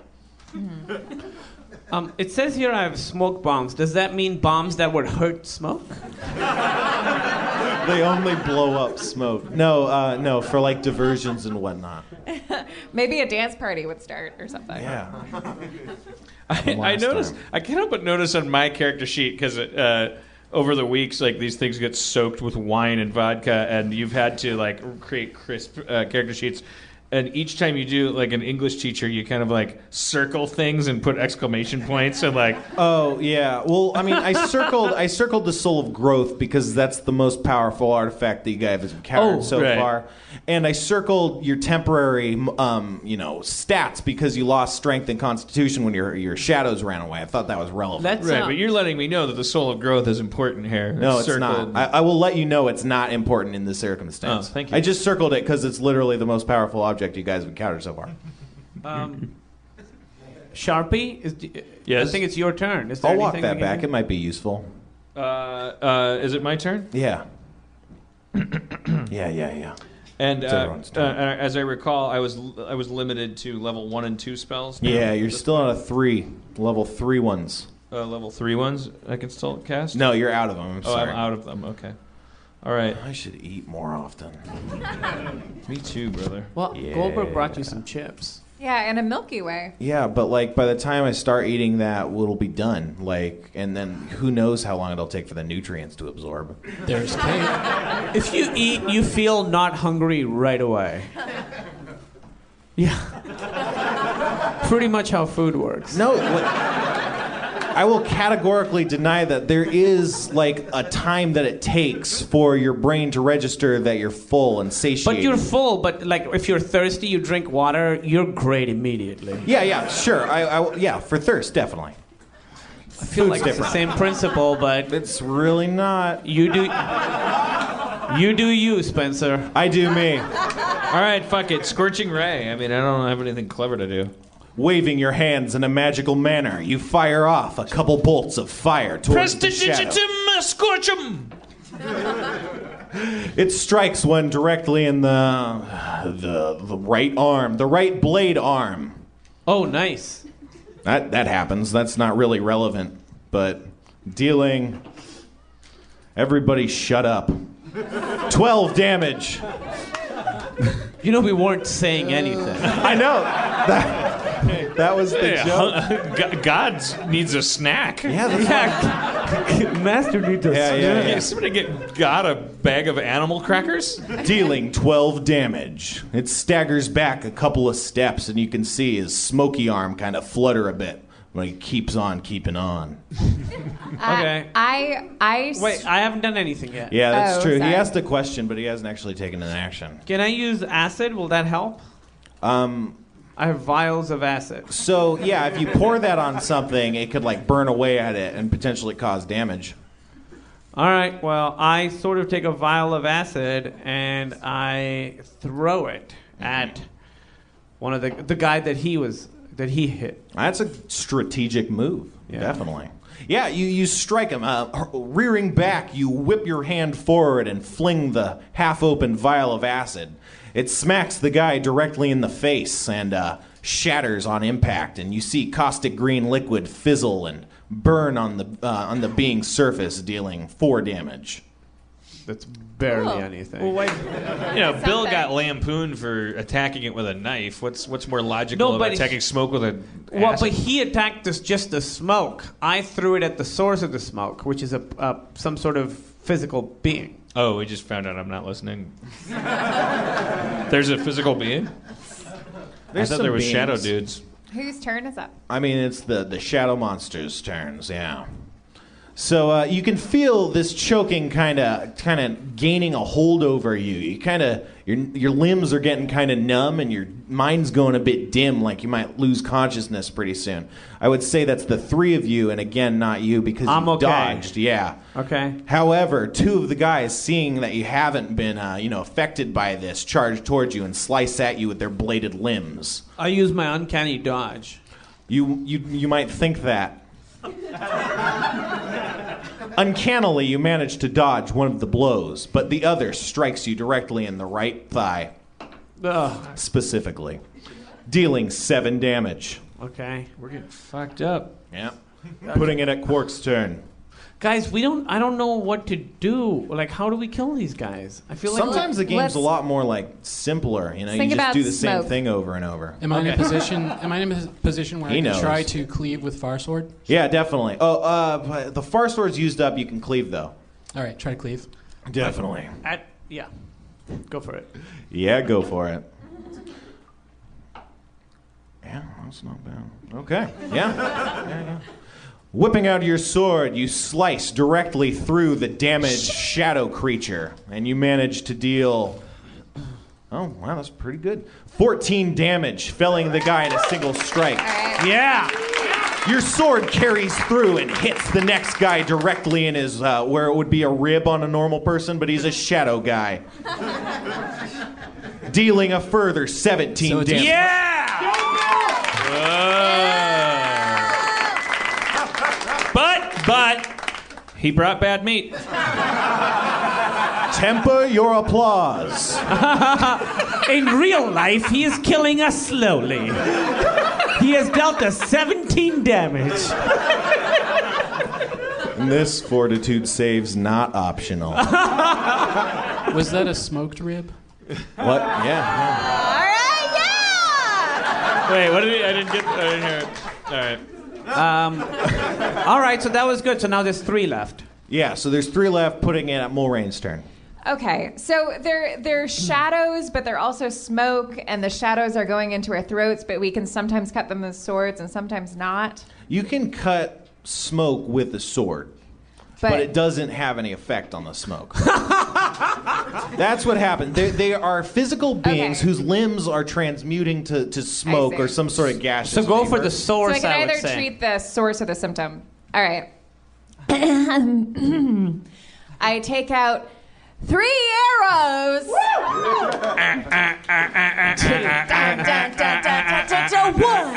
S2: Um, it says here I have smoke bombs. Does that mean bombs that would hurt smoke?
S6: They only blow up smoke. No, uh, no, for like diversions and whatnot.
S5: Maybe a dance party would start or something.
S6: Yeah.
S1: I, I
S6: last
S1: noticed.
S6: time.
S1: I cannot but notice on my character sheet because uh, over the weeks, like these things get soaked with wine and vodka, and you've had to like create crisp uh, character sheets. And each time you do, like an English teacher, you kind of like circle things and put exclamation points and like
S6: Oh yeah. Well, I mean, I circled, I circled the soul of growth because that's the most powerful artifact that you guys have encountered
S2: Oh,
S6: so
S1: right.
S6: far. And I circled your temporary, um, you know, stats because you lost strength and constitution when your your shadows ran away. I thought that was relevant.
S2: Let's
S1: right.
S2: uh,
S1: But you're letting me know that the soul of growth is important here.
S6: no, it's
S1: Circled.
S6: not. I, I will let you know it's not important in this
S1: Oh,
S6: circumstance.
S1: thank you.
S6: I just circled it because it's literally the most powerful object you guys have encountered so far.
S2: um, Sharpie, is, d-
S1: Yes?
S2: I think it's your turn. Is there
S6: I'll walk
S2: anything
S6: that
S2: we
S6: back. It
S2: can
S6: might be useful.
S1: uh, uh, is it my turn?
S6: Yeah. yeah, yeah, yeah.
S1: And
S6: It's
S1: uh,
S6: everyone's
S1: uh,
S6: turn.
S1: as I recall, I was I was limited to level one and two spells.
S6: Yeah, you're still on a three, level three ones.
S1: uh, level three ones. I can still cast.
S6: No, you're out of them. I'm
S1: Oh,
S6: sorry.
S1: I'm out of them. Okay. All right.
S6: I should eat more often.
S1: Me too, brother.
S2: Well, Goldberg brought you some chips.
S5: Yeah, and a Milky Way.
S6: Yeah, but like by the time I start eating that, it'll be done. Like, and then who knows how long it'll take for the nutrients to absorb.
S3: There's cake.
S2: If you eat, you feel not hungry right away. Yeah. Pretty much how food works.
S6: No, like, I will categorically deny that there is like a time that it takes for your brain to register that you're full and satiated.
S2: But you're full, but like if you're thirsty, you drink water, you're great immediately.
S6: yeah, yeah, sure. I, I, yeah, for thirst, definitely.
S2: I feel
S6: Food's
S2: like it's
S6: different.
S2: the same principle, but
S6: It's really not.
S2: you do you do you, Spencer.
S6: I do me.
S1: All right, fuck it. Scorching ray. I mean, I don't have anything clever to do.
S6: Waving your hands in a magical manner, you fire off a couple bolts of fire towards the shadow.
S1: scorchum.
S6: It strikes one directly in the, the the right arm, the right blade arm.
S2: Oh, nice.
S6: That that happens. That's not really relevant, but dealing. Everybody, shut up. Twelve damage.
S2: You know, we weren't saying
S5: Uh,
S2: anything.
S6: I know. That, that was the joke.
S1: God needs a snack.
S6: Yeah, that's
S2: Yeah, Master need to
S6: Yeah, yeah,
S1: Yeah,
S6: yeah.
S1: Somebody get got a bag of animal crackers.
S6: Dealing 12 damage. It staggers back a couple of steps, and you can see his smoky arm kind of flutter a bit when he keeps on keeping on.
S2: Okay.
S5: I I
S2: Wait, I haven't done anything yet.
S6: Yeah, that's
S5: Oh,
S6: true.
S5: sorry.
S6: He asked a question, but he hasn't actually taken an action.
S2: Can I use acid? Will that help?
S6: Um,
S2: I have vials of acid.
S6: so, yeah, if you pour that on something, it could like burn away at it and potentially cause damage.
S2: All right. Well, I sort of take a vial of acid and I throw it at one of the the guy that he was that he hit.
S6: That's a strategic move,
S2: Yeah.
S6: definitely. Yeah, you, you strike him. Uh, rearing back, you whip your hand forward and fling the half open vial of acid. It smacks the guy directly in the face and uh, shatters on impact, and you see caustic green liquid fizzle and burn on the, uh, on the being's surface, dealing four damage.
S2: That's barely
S5: Cool.
S2: anything.
S4: Well, wait.
S1: You know, Bill
S5: something.
S1: got lampooned for attacking it with a knife. What's what's more logical
S2: No,
S1: about
S2: but
S1: attacking
S2: he-
S1: smoke with a
S2: Well,
S1: acid?
S2: but he attacked us just the smoke. I threw it at the source of the smoke, which is a, a some sort of physical being.
S1: Oh, we just found out I'm not listening. There's a physical being.
S6: There's
S1: I thought
S6: some
S1: there was
S6: beings.
S1: shadow dudes.
S5: whose turn is up?
S6: I mean, it's the, the shadow monster's turns, yeah. So uh, you can feel this choking kind of kind of gaining a hold over you. You kind of your your limbs are getting kind of numb and your mind's going a bit dim, like you might lose consciousness pretty soon. I would say that's the three of you, and again, not you because
S2: I'm
S6: you
S2: okay.
S6: dodged. Yeah.
S2: Okay.
S6: However, two of the guys, seeing that you haven't been uh, you know affected by this, charge towards you and slice at you with their bladed limbs.
S2: I use my uncanny dodge.
S6: You you you might think that. Uncannily, you manage to dodge one of the blows, but the other strikes you directly in the right thigh,
S2: Ugh.
S6: specifically, dealing seven damage.
S2: Okay.
S4: We're getting fucked up.
S6: Yeah. Putting it at Quark's turn.
S2: Guys, we don't. I don't know what to do. Like, how do we kill these guys? I feel like
S6: Sometimes the game's
S5: Let's-
S6: a lot more like simpler. You know, you
S5: Think
S6: just
S5: about
S6: do the same
S5: smoke.
S6: thing over and over.
S3: Am I in a position? Am I in a pos- position where
S6: He
S3: I can
S6: knows.
S3: try to cleave with fire sword?
S6: Yeah, definitely. Oh, uh, but the far sword's used up. You can cleave though.
S3: All right, try to cleave.
S6: Definitely.
S2: At, yeah. Go for it.
S6: Yeah, go for it. Yeah, that's not bad. Okay. Yeah. Yeah, yeah. Whipping out your sword, you slice directly through the damaged shadow creature, and you manage to deal. Oh, wow, that's pretty good. 14 damage, felling the guy in a single strike. Yeah! Your sword carries through and hits the next guy directly in his, uh, where it would be a rib on a normal person, but he's a shadow guy dealing a further 17
S3: So it's-
S6: damage.
S1: But but he brought bad meat.
S6: Temper your applause.
S2: In real life, he is killing us slowly. He has dealt us 17 damage.
S6: this fortitude save's not optional. what?
S3: Was that a smoked rib?
S6: Yeah. yeah.
S5: All right, yeah.
S1: Wait, what did he? I didn't get. I didn't hear it. All right.
S2: All right, so that was good. So now there's three left.
S6: Yeah, so there's three left, putting it at Mulrain's turn.
S5: Okay, so they're they're shadows, but they're also smoke, and the shadows are going into our throats. But we can sometimes cut them with swords, and sometimes not.
S6: You can cut smoke with the sword, but, it doesn't have any effect on the smoke. That's what happened. They, they are physical beings
S5: Okay.
S6: whose limbs are transmuting to, to smoke
S5: see.
S6: or some sort of gaseous.
S2: So go for
S6: vapor.
S2: the
S5: so
S2: source,
S5: I can
S2: I, would
S5: either
S2: say.
S5: treat the source or the symptom. All right. I take out three arrows. Dun, dun, dun, dun, dun, dun, dun. One,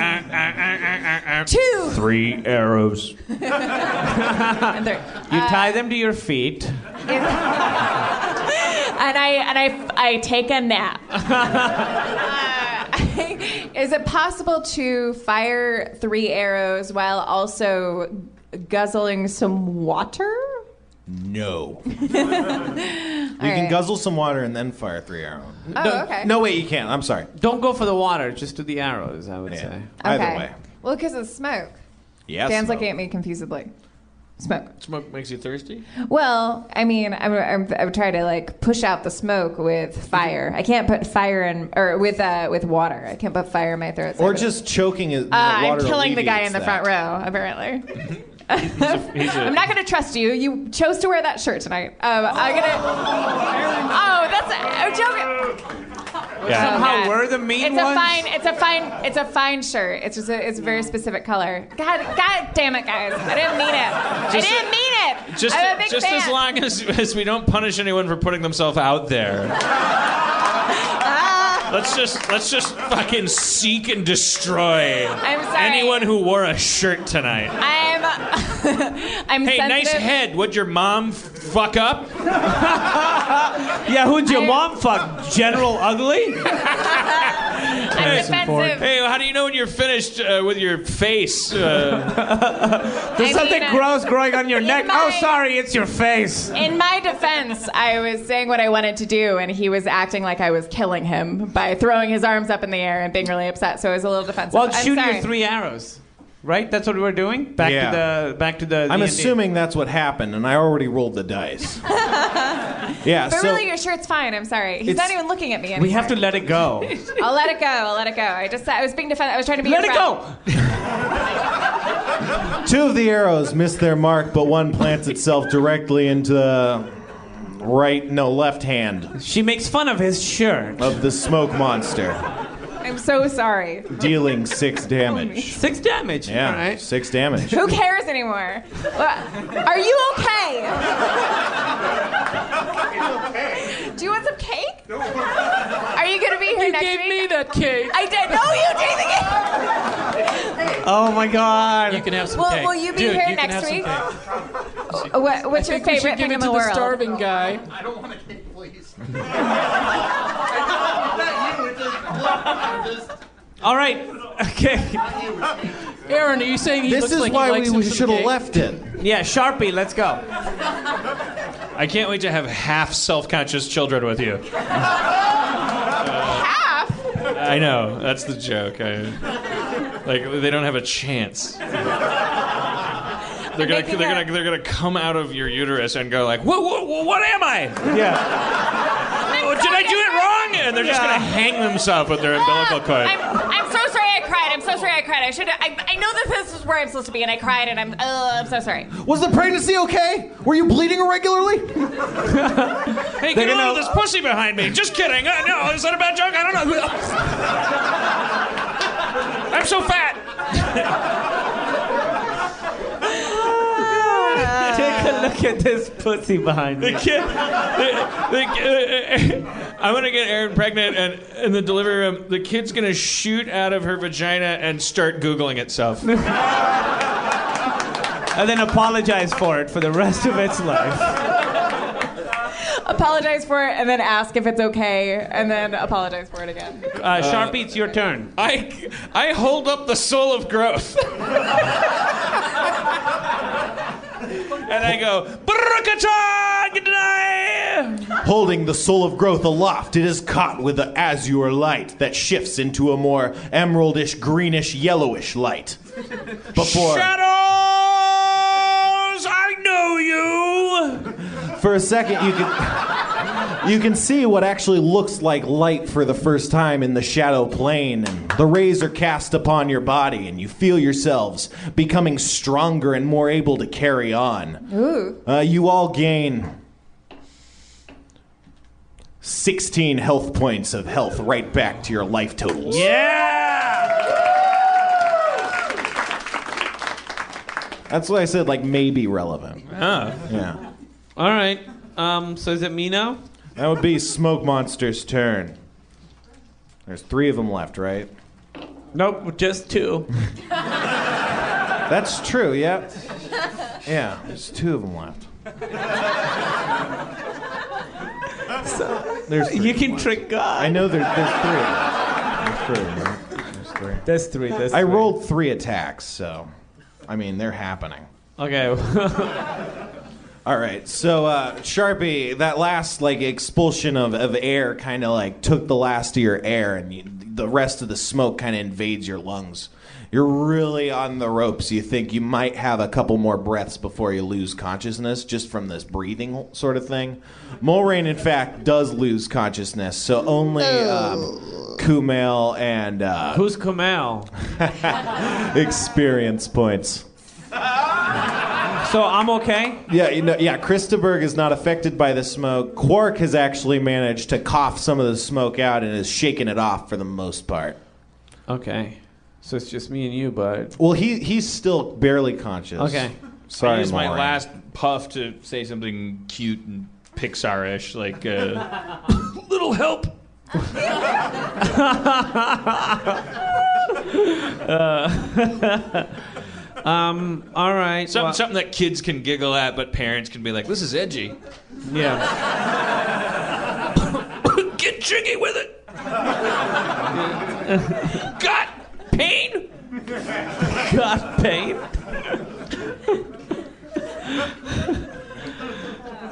S5: two,
S1: Three arrows.
S5: and they're-
S2: you tie them to your feet.
S5: and I and I I take a nap. Uh, is it possible to fire three arrows while also guzzling some water?
S6: No. you
S5: right.
S6: can guzzle some water and then fire three arrows.
S5: Oh,
S6: no,
S5: okay.
S6: No, wait, you can't. I'm sorry.
S2: Don't go for the water, just do the arrows, I would
S6: Yeah.
S2: say.
S6: Either
S5: okay.
S6: way.
S5: Well, because it's smoke.
S6: Yes.
S5: Dan's
S6: no.
S5: looking at me confusedly. Smoke.
S1: Smoke makes you thirsty.
S5: Well, I mean, I'm, I'm, I'm trying to like push out the smoke with fire. I can't put fire in, or with uh, with water. I can't put fire in my throat. so
S6: Or
S5: I-
S6: just choking it.
S5: Uh, I'm killing the guy in the front row, apparently.
S1: He's a-
S5: I'm not going to trust you. You chose to wear that shirt tonight. Um, I'm going to. Oh, that's. I'm joking.
S1: yeah.
S2: Somehow
S5: God.
S2: we're the mean
S5: It's
S2: ones.
S5: a fine. It's a fine. It's a fine shirt. It's just a. It's a very specific color. God. God damn it, guys. I didn't mean it.
S1: Just-
S5: I didn't mean it.
S1: Just,
S5: I'm a big
S1: just
S5: fan.
S1: as long as, as we don't punish anyone for putting themselves out there. let's just let's just fucking seek and destroy
S5: I'm sorry.
S1: anyone who wore a shirt tonight.
S5: I'm. I'm
S1: Hey,
S5: sensitive.
S1: nice head. Would your mom f- fuck up?
S2: Yeah, who'd your
S5: I-
S2: mom fuck? General Ugly?
S5: I'm defensive.
S1: Hey, how do you know when you're finished uh, with your face? Uh,
S2: There's
S5: I
S2: something
S5: mean, I-
S2: gross growing on your
S5: In
S2: neck.
S5: my-
S2: Oh, sorry, it's your face.
S5: In my defense, I was saying what I wanted to do, and he was acting like I was killing him by throwing his arms up in the air and being really upset. So I was a little defensive.
S2: Well,
S5: I'm
S2: shoot
S5: sorry.
S2: your three arrows. Right? That's what we were doing? Back
S6: Yeah.
S2: to the back to the
S6: I'm
S2: D&D.
S6: assuming that's what happened, and I already rolled the dice. yeah,
S5: But
S6: so
S5: really, your shirt's fine. I'm sorry. He's
S6: It's-
S5: not even looking at me anymore.
S2: We have to let it go.
S5: I'll let it go. I'll let it go. I just I was being defensive. I was trying to be.
S2: let
S5: your
S2: it
S5: friend.
S2: go.
S6: two of the arrows missed their mark, but one plants itself directly into the right, no, left hand
S2: She makes fun of his shirt.
S6: of the smoke monster,
S5: I'm so sorry.
S6: dealing six damage.
S2: Six damage.
S6: Yeah,
S2: All right.
S6: six damage.
S5: Who cares anymore? Well, Are you okay? Do you want some cake? Are you gonna be here next week?
S2: that cake.
S5: I did. No, you did the cake.
S2: Oh my god.
S3: You can have some
S5: Will-
S3: cake.
S5: will you be
S3: Dude,
S5: here
S3: you can
S5: next
S3: have some
S5: week?
S3: cake.
S5: What, what's
S3: I
S5: your
S3: think we should
S5: favorite
S3: give
S5: thing
S3: it
S5: in
S3: to
S5: the
S3: the
S5: world?
S3: starving guy.
S2: All right. Okay.
S3: Aaron, are you saying he
S6: This
S3: looks
S6: is
S3: like he
S6: why
S3: likes him
S6: we
S3: some
S6: should have
S3: cake?
S6: left it.
S2: Yeah, Sharpie, let's go.
S1: I can't wait to have half self-conscious children with you.
S5: Half.
S1: I know that's the joke. I, like they don't have a chance. They're gonna,
S5: making
S1: they're
S5: a-
S1: gonna, they're gonna come out of your uterus and go like, what, what, what am I?
S6: Yeah,
S1: Oh, Did I do it wrong? And they're just gonna hang themselves with their umbilical cord.
S5: Ah, I'm, I'm so sorry I cried. I'm so sorry I cried. I should. I, I know that this is where I'm supposed to be, and I cried, and I'm. Uh, I'm so sorry.
S6: was the pregnancy okay? Were you bleeding irregularly?
S1: Hey, get a
S2: gonna-
S1: load of this pussy behind me. Just kidding. Uh, no, is that a bad joke? I don't know. I'm so fat.
S5: Uh,
S2: Take a look at this pussy behind me.
S1: The kid. The, the, uh, I'm gonna get Erin pregnant, and in the delivery room, the kid's gonna shoot out of her vagina and start googling itself.
S2: And then apologize for it for the rest of its life.
S5: Apologize for it, and then ask if it's okay, and then apologize for it again.
S2: Uh, Sharpie, it's your turn.
S1: I, I hold up the soul of growth. and I go, "Brukatagdai!"
S6: Holding the soul of growth aloft, it is caught with the azure light that shifts into a more emeraldish, greenish, yellowish light. Before,
S1: Shadows, I know you.
S6: for a second, you can you can see what actually looks like light for the first time in the shadow plane, and the rays are cast upon your body, and you feel yourselves becoming stronger and more able to carry on. Uh, you all gain 16 health points of health right back to your life totals.
S1: Yeah.
S6: That's why I said, like, maybe relevant. Yeah.
S2: All right. Um, so is it me now?
S6: That would be Smoke Monster's turn. There's three of them left, right?
S2: Nope, just two.
S6: That's true, yeah. Yeah, there's two of them left. there's three.
S2: You can trick
S6: I
S2: God.
S6: know there, there's three of them. There's three. of them. There's three.
S2: That's three. That's
S6: I
S2: three.
S6: rolled three attacks, so I mean they're happening.
S2: Okay.
S6: All right, so uh, Sharpie, that last like expulsion of, of air kind of like took the last of your air, and you, the rest of the smoke kind of invades your lungs. You're really on the ropes. You think you might have a couple more breaths before you lose consciousness just from this breathing sort of thing. Mulrain, in fact, does lose consciousness, so only um, Kumail and uh,
S2: Who's Kamal?
S6: experience points.
S2: So I'm okay.
S6: Yeah, you know, yeah. Christaberg is not affected by the smoke. Quark has actually managed to cough some of the smoke out and is shaking it off for the most part.
S2: Okay. So it's just me and you, bud.
S6: Well, he he's still barely conscious.
S2: Okay.
S6: Sorry,
S1: I used my
S6: Mulrain.
S1: last puff to say something cute and Pixar-ish, like uh, "Little help."
S2: Uh, um, All right.
S1: Something,
S2: well-
S1: something that kids can giggle at, but parents can be like, "This is edgy."
S2: Yeah.
S1: Get jiggy with it. Got pain?
S2: God, pain.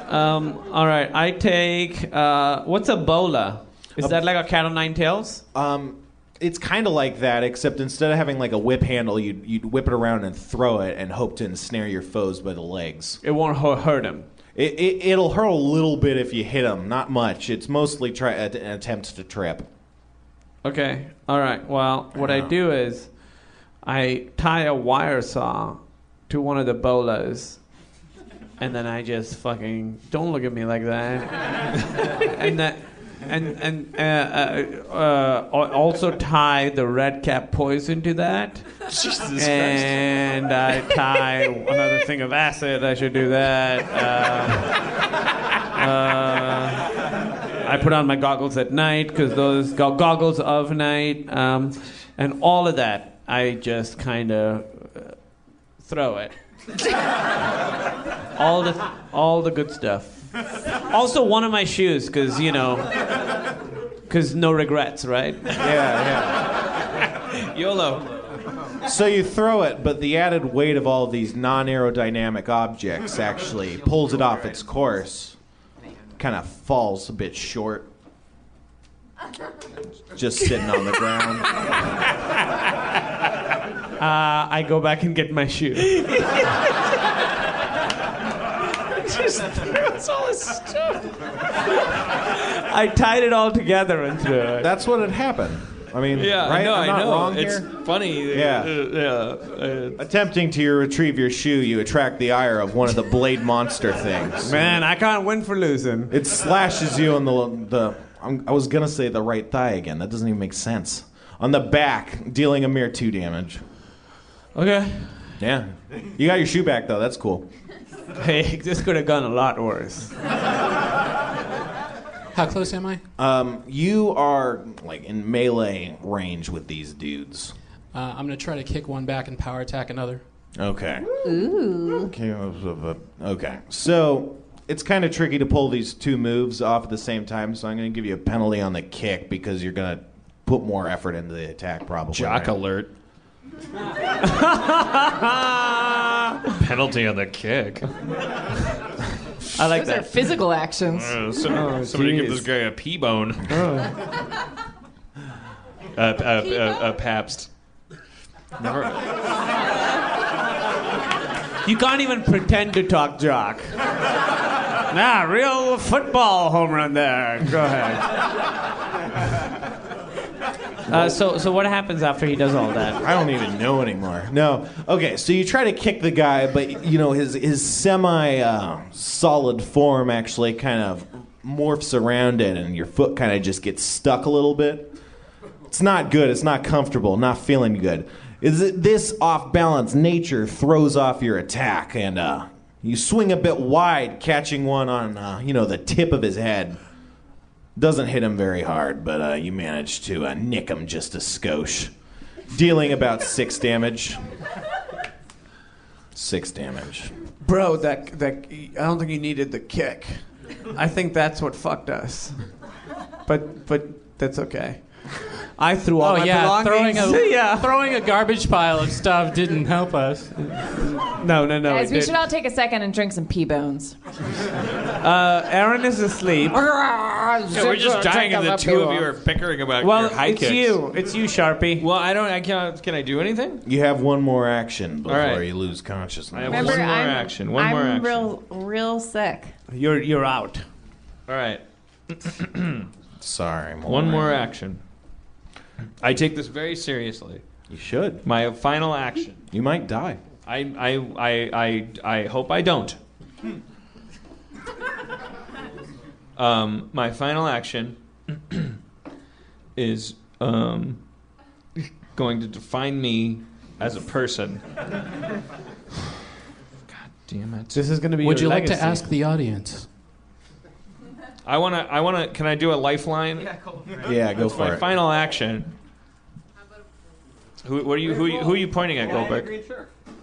S2: um, all right. I take. Uh, what's a bola? Is that like a cat o' nine tails?
S6: Um, it's kind of like that, except instead of having like a whip handle, you'd you'd whip it around and throw it and hope to ensnare your foes by the legs.
S2: It won't hu- hurt him.
S6: It, it it'll hurt a little bit if you hit them, not much. It's mostly try att- attempts to trip.
S2: Okay. All right. Well, what I do is I tie a wire saw to one of the bolas. And then I just fucking don't look at me like that. and that, and and uh, uh, uh, al- also tie the red cap poison to that.
S1: Jesus
S2: and I tie another thing of acid. I should do that. Uh, uh, I put on my goggles at night because those go- goggles of night, um, and all of that. I just kind of uh, throw it. all the all the good stuff. Also, one of my shoes, because you know, because no regrets, right?
S6: Yeah,
S2: YOLO.
S6: yeah. So you throw it, but the added weight of all these non-aerodynamic objects actually pulls it off its course. Kind of falls a bit short. Just sitting on the ground.
S2: Uh, I go back and get my shoe.
S1: Just throws all his stuff.
S2: I tied it all together and threw it.
S6: That's what had happened. I mean,
S1: Yeah,
S6: right?
S1: I know.
S6: I'm not
S1: I know.
S6: wrong
S1: it's
S6: here.
S1: funny.
S6: Yeah.
S1: Uh, yeah. Uh,
S6: Attempting to retrieve your shoe, you attract the ire of one of the blade monster things.
S2: Man, I can't win for losing.
S6: It slashes you on the the. I'm, I was gonna say the right thigh again. That doesn't even make sense. On the back, dealing a mere two damage.
S2: Okay.
S6: Yeah, you got your shoe back though. That's cool.
S2: Hey, this could have gone a lot worse.
S3: How close am I? Uh,
S6: Um, you are like in melee range with these dudes.
S3: Uh, I'm gonna try to kick one back and power attack another.
S6: Okay. Ooh. Okay. So it's kind of tricky to pull these two moves off at the same time. So I'm going to give you a penalty on the kick because you're going to put more effort into the attack, probably.
S1: Jock
S6: right?
S1: alert. Penalty on the kick.
S2: I like
S5: Those are
S2: that.
S5: physical actions.
S1: Uh, some- somebody give this
S2: jeez.
S1: guy a pea bone. Uh, uh, uh, uh, Pabst. Never.
S2: You can't even pretend to talk jock. Nah, real football home run there. Go ahead. Uh, so, so what happens after he does all that?
S6: I don't even know anymore. No. Okay, so you try to kick the guy, but you know his his semi uh, solid form actually kind of morphs around it, and your foot kind of just gets stuck a little bit. It's not good. It's not comfortable. Not feeling good. Is it, this off balance nature throws off your attack, and uh, you swing a bit wide, catching one on uh, you know the tip of his head. Doesn't hit him very hard, but uh, you manage to uh, nick him just a skosh dealing about six damage. Six damage.
S2: Bro, that that I don't think he needed the kick. I think that's what fucked us. But but that's okay. I threw all
S3: Oh
S2: my
S3: yeah, throwing
S2: belongings.
S3: a
S2: yeah.
S3: throwing a garbage pile of stuff didn't help us.
S2: No, no, no.
S5: Guys,
S2: it
S5: we
S2: did.
S5: should all take a second and drink some pea bones.
S2: Aaron is asleep.
S1: Yeah, we're just dying, and the two of you are bickering about
S2: Well,
S1: your high
S2: it's
S1: kicks.
S2: you. It's you, Sharpie.
S1: Well, I don't. I can't. Can I do anything?
S6: You have one more action before
S1: right.
S6: you lose consciousness.
S1: I have
S5: Remember,
S1: one more
S5: I'm,
S1: action. One
S5: I'm
S1: more action.
S5: real, real sick.
S2: You're you're out.
S1: All right.
S6: Sorry.
S1: One
S6: Maureen.
S1: more action. I take this very seriously.
S6: You should.
S1: My final action.
S6: You might die.
S1: I, I, I, I, I hope I don't. um, my final action is um, going to define me as a person. God damn it.
S2: This is going to be.
S3: Would you
S2: your
S3: like to
S2: legacy.
S3: ask the audience?
S1: I want to, I want to, can I do a lifeline?
S6: Yeah,
S1: My
S6: go for it.
S1: final action. Who, what are you, who, are you- who are you pointing at, Goldberg?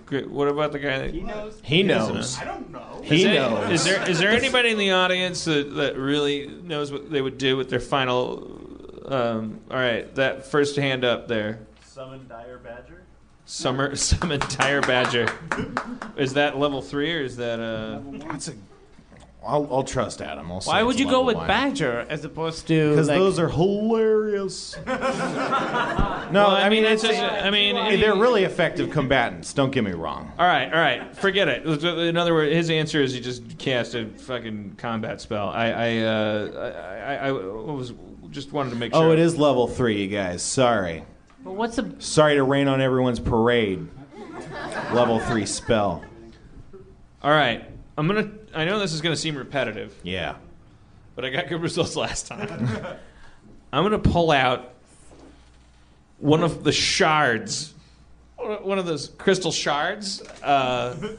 S1: Great. What about the guy that...
S6: He knows. I don't know. He
S1: Is there-
S6: knows.
S1: Is there is there anybody in the audience that, that really knows what they would do with their final? Um, all right, that first hand up there.
S7: Summon Dire Badger.
S1: Summer summon tire badger. Is that level three or is that uh?
S6: That's a, I'll, I'll trust Adam. I'll say
S2: Why
S6: it's
S2: would you go
S6: level
S2: with
S6: one.
S2: Badger as opposed to?
S6: Because
S2: like-
S6: those are hilarious. no,
S1: I
S6: I mean,
S1: mean,
S6: it's
S1: it's just- I mean,
S6: they're really effective combatants. Don't get me wrong.
S1: All right, all right. Forget it. In other words, his answer is he just cast a fucking combat spell. I I uh, I, I, I was just wanted to make sure.
S6: Oh, it is level three, you guys. Sorry.
S2: But what's a?
S6: Sorry to rain on everyone's parade. level three spell.
S1: All right. I'm gonna. I know this is gonna seem repetitive.
S6: Yeah.
S1: but I got good results last time. I'm gonna pull out one of the shards, one of those crystal shards. Uh,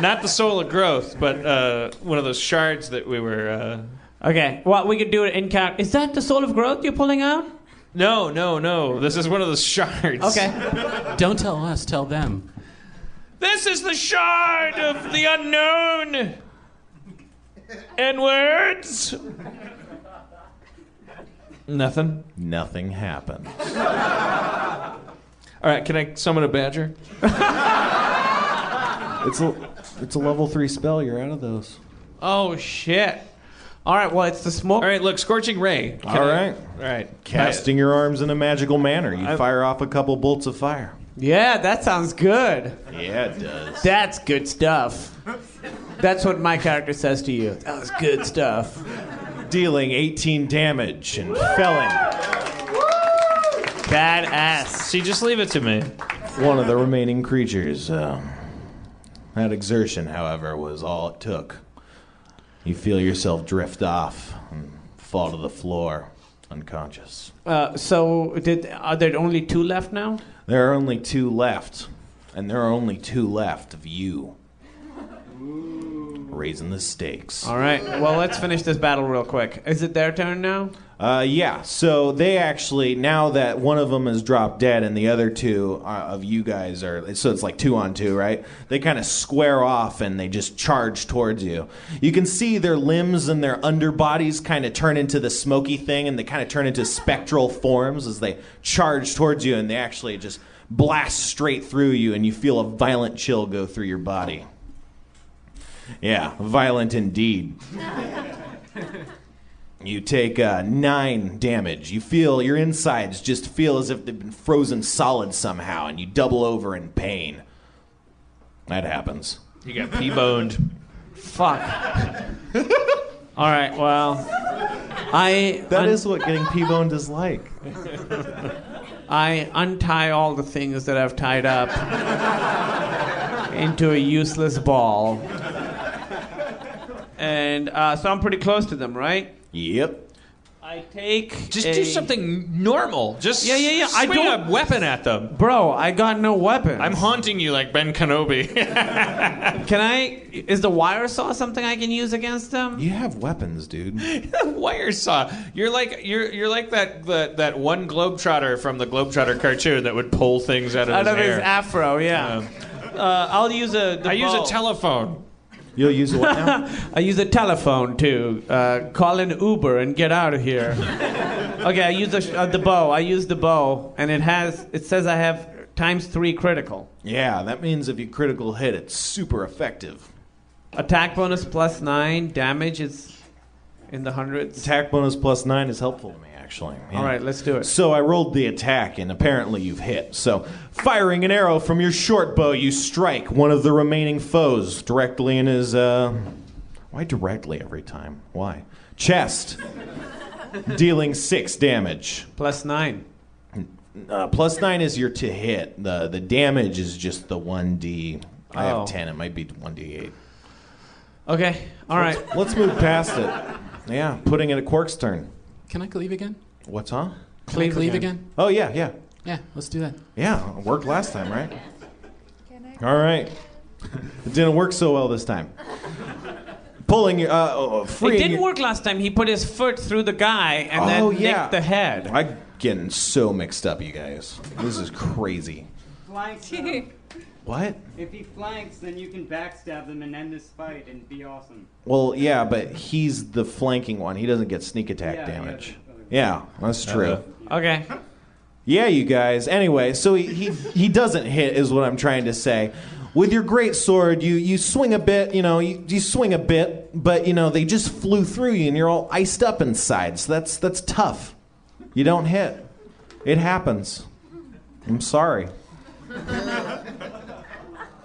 S1: not the soul of growth, but uh, one of those shards that we were. Uh,
S2: Okay, well we could do it in cap. Is that the soul of growth you're pulling out?
S1: no, no, no. This is one of the shards.
S2: Okay.
S3: Don't tell us, tell them.
S1: This is the shard of the unknown. And words. Nothing.
S6: Nothing happened.
S1: All right, can I summon a badger?
S6: It's a, it's a level three spell. You're out of those.
S2: oh shit. All right. Well, it's the smoke.
S1: All right, look, scorching ray. Can
S6: All
S1: I-
S6: right.
S1: all right.
S6: Casting your arms in a magical manner, you fire off a couple bolts of fire.
S2: Yeah, that sounds good.
S6: Yeah, it does.
S2: That's good stuff. That's what my character says to you. That was good stuff.
S6: Dealing 18 damage and felling
S2: Badass.
S1: See, just leave it to me.
S6: one of the remaining creatures. Um, that exertion, however, was all it took. You feel yourself drift off and fall to the floor, unconscious.
S2: Uh, so, did are there only two left now?
S6: There are only two left, and there are only two left of you. Raising the stakes.
S2: All right. Well, let's finish this battle real quick. Is it their turn now?
S6: Uh, yeah, so they actually, now that one of them is dropped dead and the other two uh, of you guys are, so it's like two on two, right? They kind of square off and they just charge towards you. You can see their limbs and their underbodies kind of turn into the smoky thing and they kind of turn into spectral forms as they charge towards you and they actually just blast straight through you and you feel a violent chill go through your body. Yeah, violent indeed. You take uh, nine damage. You feel your insides just feel as if they've been frozen solid somehow, and you double over in pain. That happens.
S1: You got pea boned.
S2: Fuck. All right. Well, I
S6: That
S2: un-
S6: is what getting P-boned is like.
S2: I untie all the things that I've tied up into a useless ball, and uh, so I'm pretty close to them, right?
S6: Yep.
S2: I take
S1: Just
S2: a-
S1: do something normal. Just
S2: Yeah, yeah, yeah. I
S1: Swing
S2: don't-
S1: a weapon at them.
S2: bro. I got no weapon.
S1: I'm haunting you like Ben Kenobi.
S2: Can I? Is the wire saw something I can use against them?
S6: You have weapons, dude.
S1: Wire saw. You're like you're you're like that that, that one globetrotter from the globetrotter cartoon that would pull things out of
S2: Out
S1: his
S2: of
S1: hair.
S2: his afro, yeah. Uh, I'll use a. the
S1: I use a
S2: bow.
S1: telephone.
S6: You'll use what now?
S2: I use a telephone to uh, call an Uber and get out of here. okay, I use the, sh- uh, the bow. I use the bow, and it has it says I have times three critical
S6: yeah, that means if you critical hit, it's super effective.
S2: attack bonus plus nine damage is in the hundreds.
S6: Attack bonus plus nine is helpful to me, actually. Yeah.
S2: All right, let's do it.
S6: So I rolled the attack, and apparently you've hit. So, firing an arrow from your short bow, you strike one of the remaining foes directly in his. Uh, why directly every time? Why? Chest, dealing six damage.
S2: Plus nine.
S6: Uh, plus nine is your to hit. The the damage is just the one d. I
S2: Oh.
S6: have ten. It might be one d eight.
S2: Okay, all right.
S6: Let's move past it. Yeah, putting it at Quark's turn.
S3: Can I cleave again?
S6: What's huh?
S3: Can I cleave again?
S6: Oh yeah, yeah.
S3: Yeah, let's do that.
S6: Yeah, it worked last time, right? All right. It didn't work so well this time. Pulling your, uh, oh,
S2: It
S6: freeing.
S2: didn't
S6: your-
S2: work last time. He put his foot through the guy and
S6: Oh,
S2: then
S6: yeah.
S2: nicked the head.
S6: I'm getting so mixed up, you guys. This is crazy.
S7: Flanks. though.
S6: What?
S7: if he flanks, then you can backstab them and end this fight and be awesome.
S6: Well, yeah, but he's the flanking one. He doesn't get sneak attack
S7: Yeah,
S6: damage.
S7: yeah, the-
S6: Yeah, that's true.
S2: Okay.
S6: Yeah, you guys. Anyway, so he, he he doesn't hit is what I'm trying to say. With your great sword, you you swing a bit, you know, you, you swing a bit, but you know they just flew through you, and you're all iced up inside. So that's that's tough. You don't hit. It happens. I'm sorry.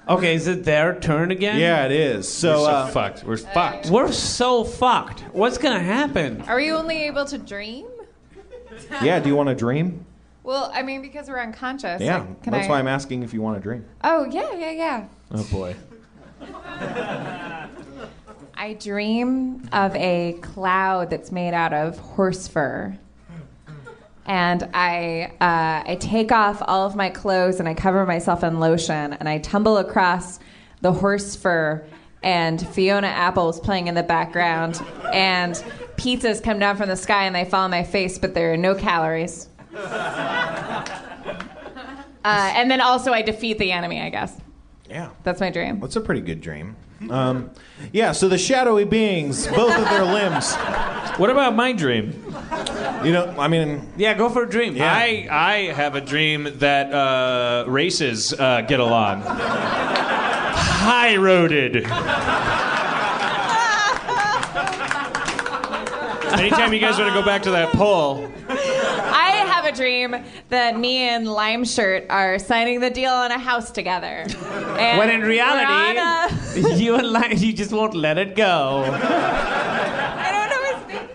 S2: Okay, is it their turn again?
S6: Yeah, it is. So, uh,
S1: fucked. We're fucked.
S2: We're so fucked. What's gonna happen?
S5: Are we only able to dream?
S6: yeah. Do you want to dream?
S5: Well, I mean, because we're unconscious.
S6: Yeah.
S5: like, can
S6: That's
S5: I-
S6: why I'm asking if you want to dream.
S5: Oh yeah, yeah, yeah.
S6: Oh boy.
S5: I dream of a cloud that's made out of horse fur. And I, uh, I take off all of my clothes and I cover myself in lotion and I tumble across the horse fur. And Fiona Apple is playing in the background. And pizzas come down from the sky and they fall on my face, but there are no calories. Uh, and then also, I defeat the enemy, I guess.
S6: Yeah.
S5: That's my dream.
S6: That's a pretty good dream. Um, yeah. So the shadowy beings, both of their limbs.
S1: What about my dream?
S6: You know, I mean,
S2: Yeah, go for a dream.
S1: I I have a dream that uh, races uh, get along. High roaded. Anytime you guys want to go back to that poll,
S5: I have a dream that me and Lime Shirt are signing the deal on a house together. And
S2: When in
S5: we're
S2: reality-
S5: on a-
S2: I... you and like you just won't let it go.
S5: I don't know his name.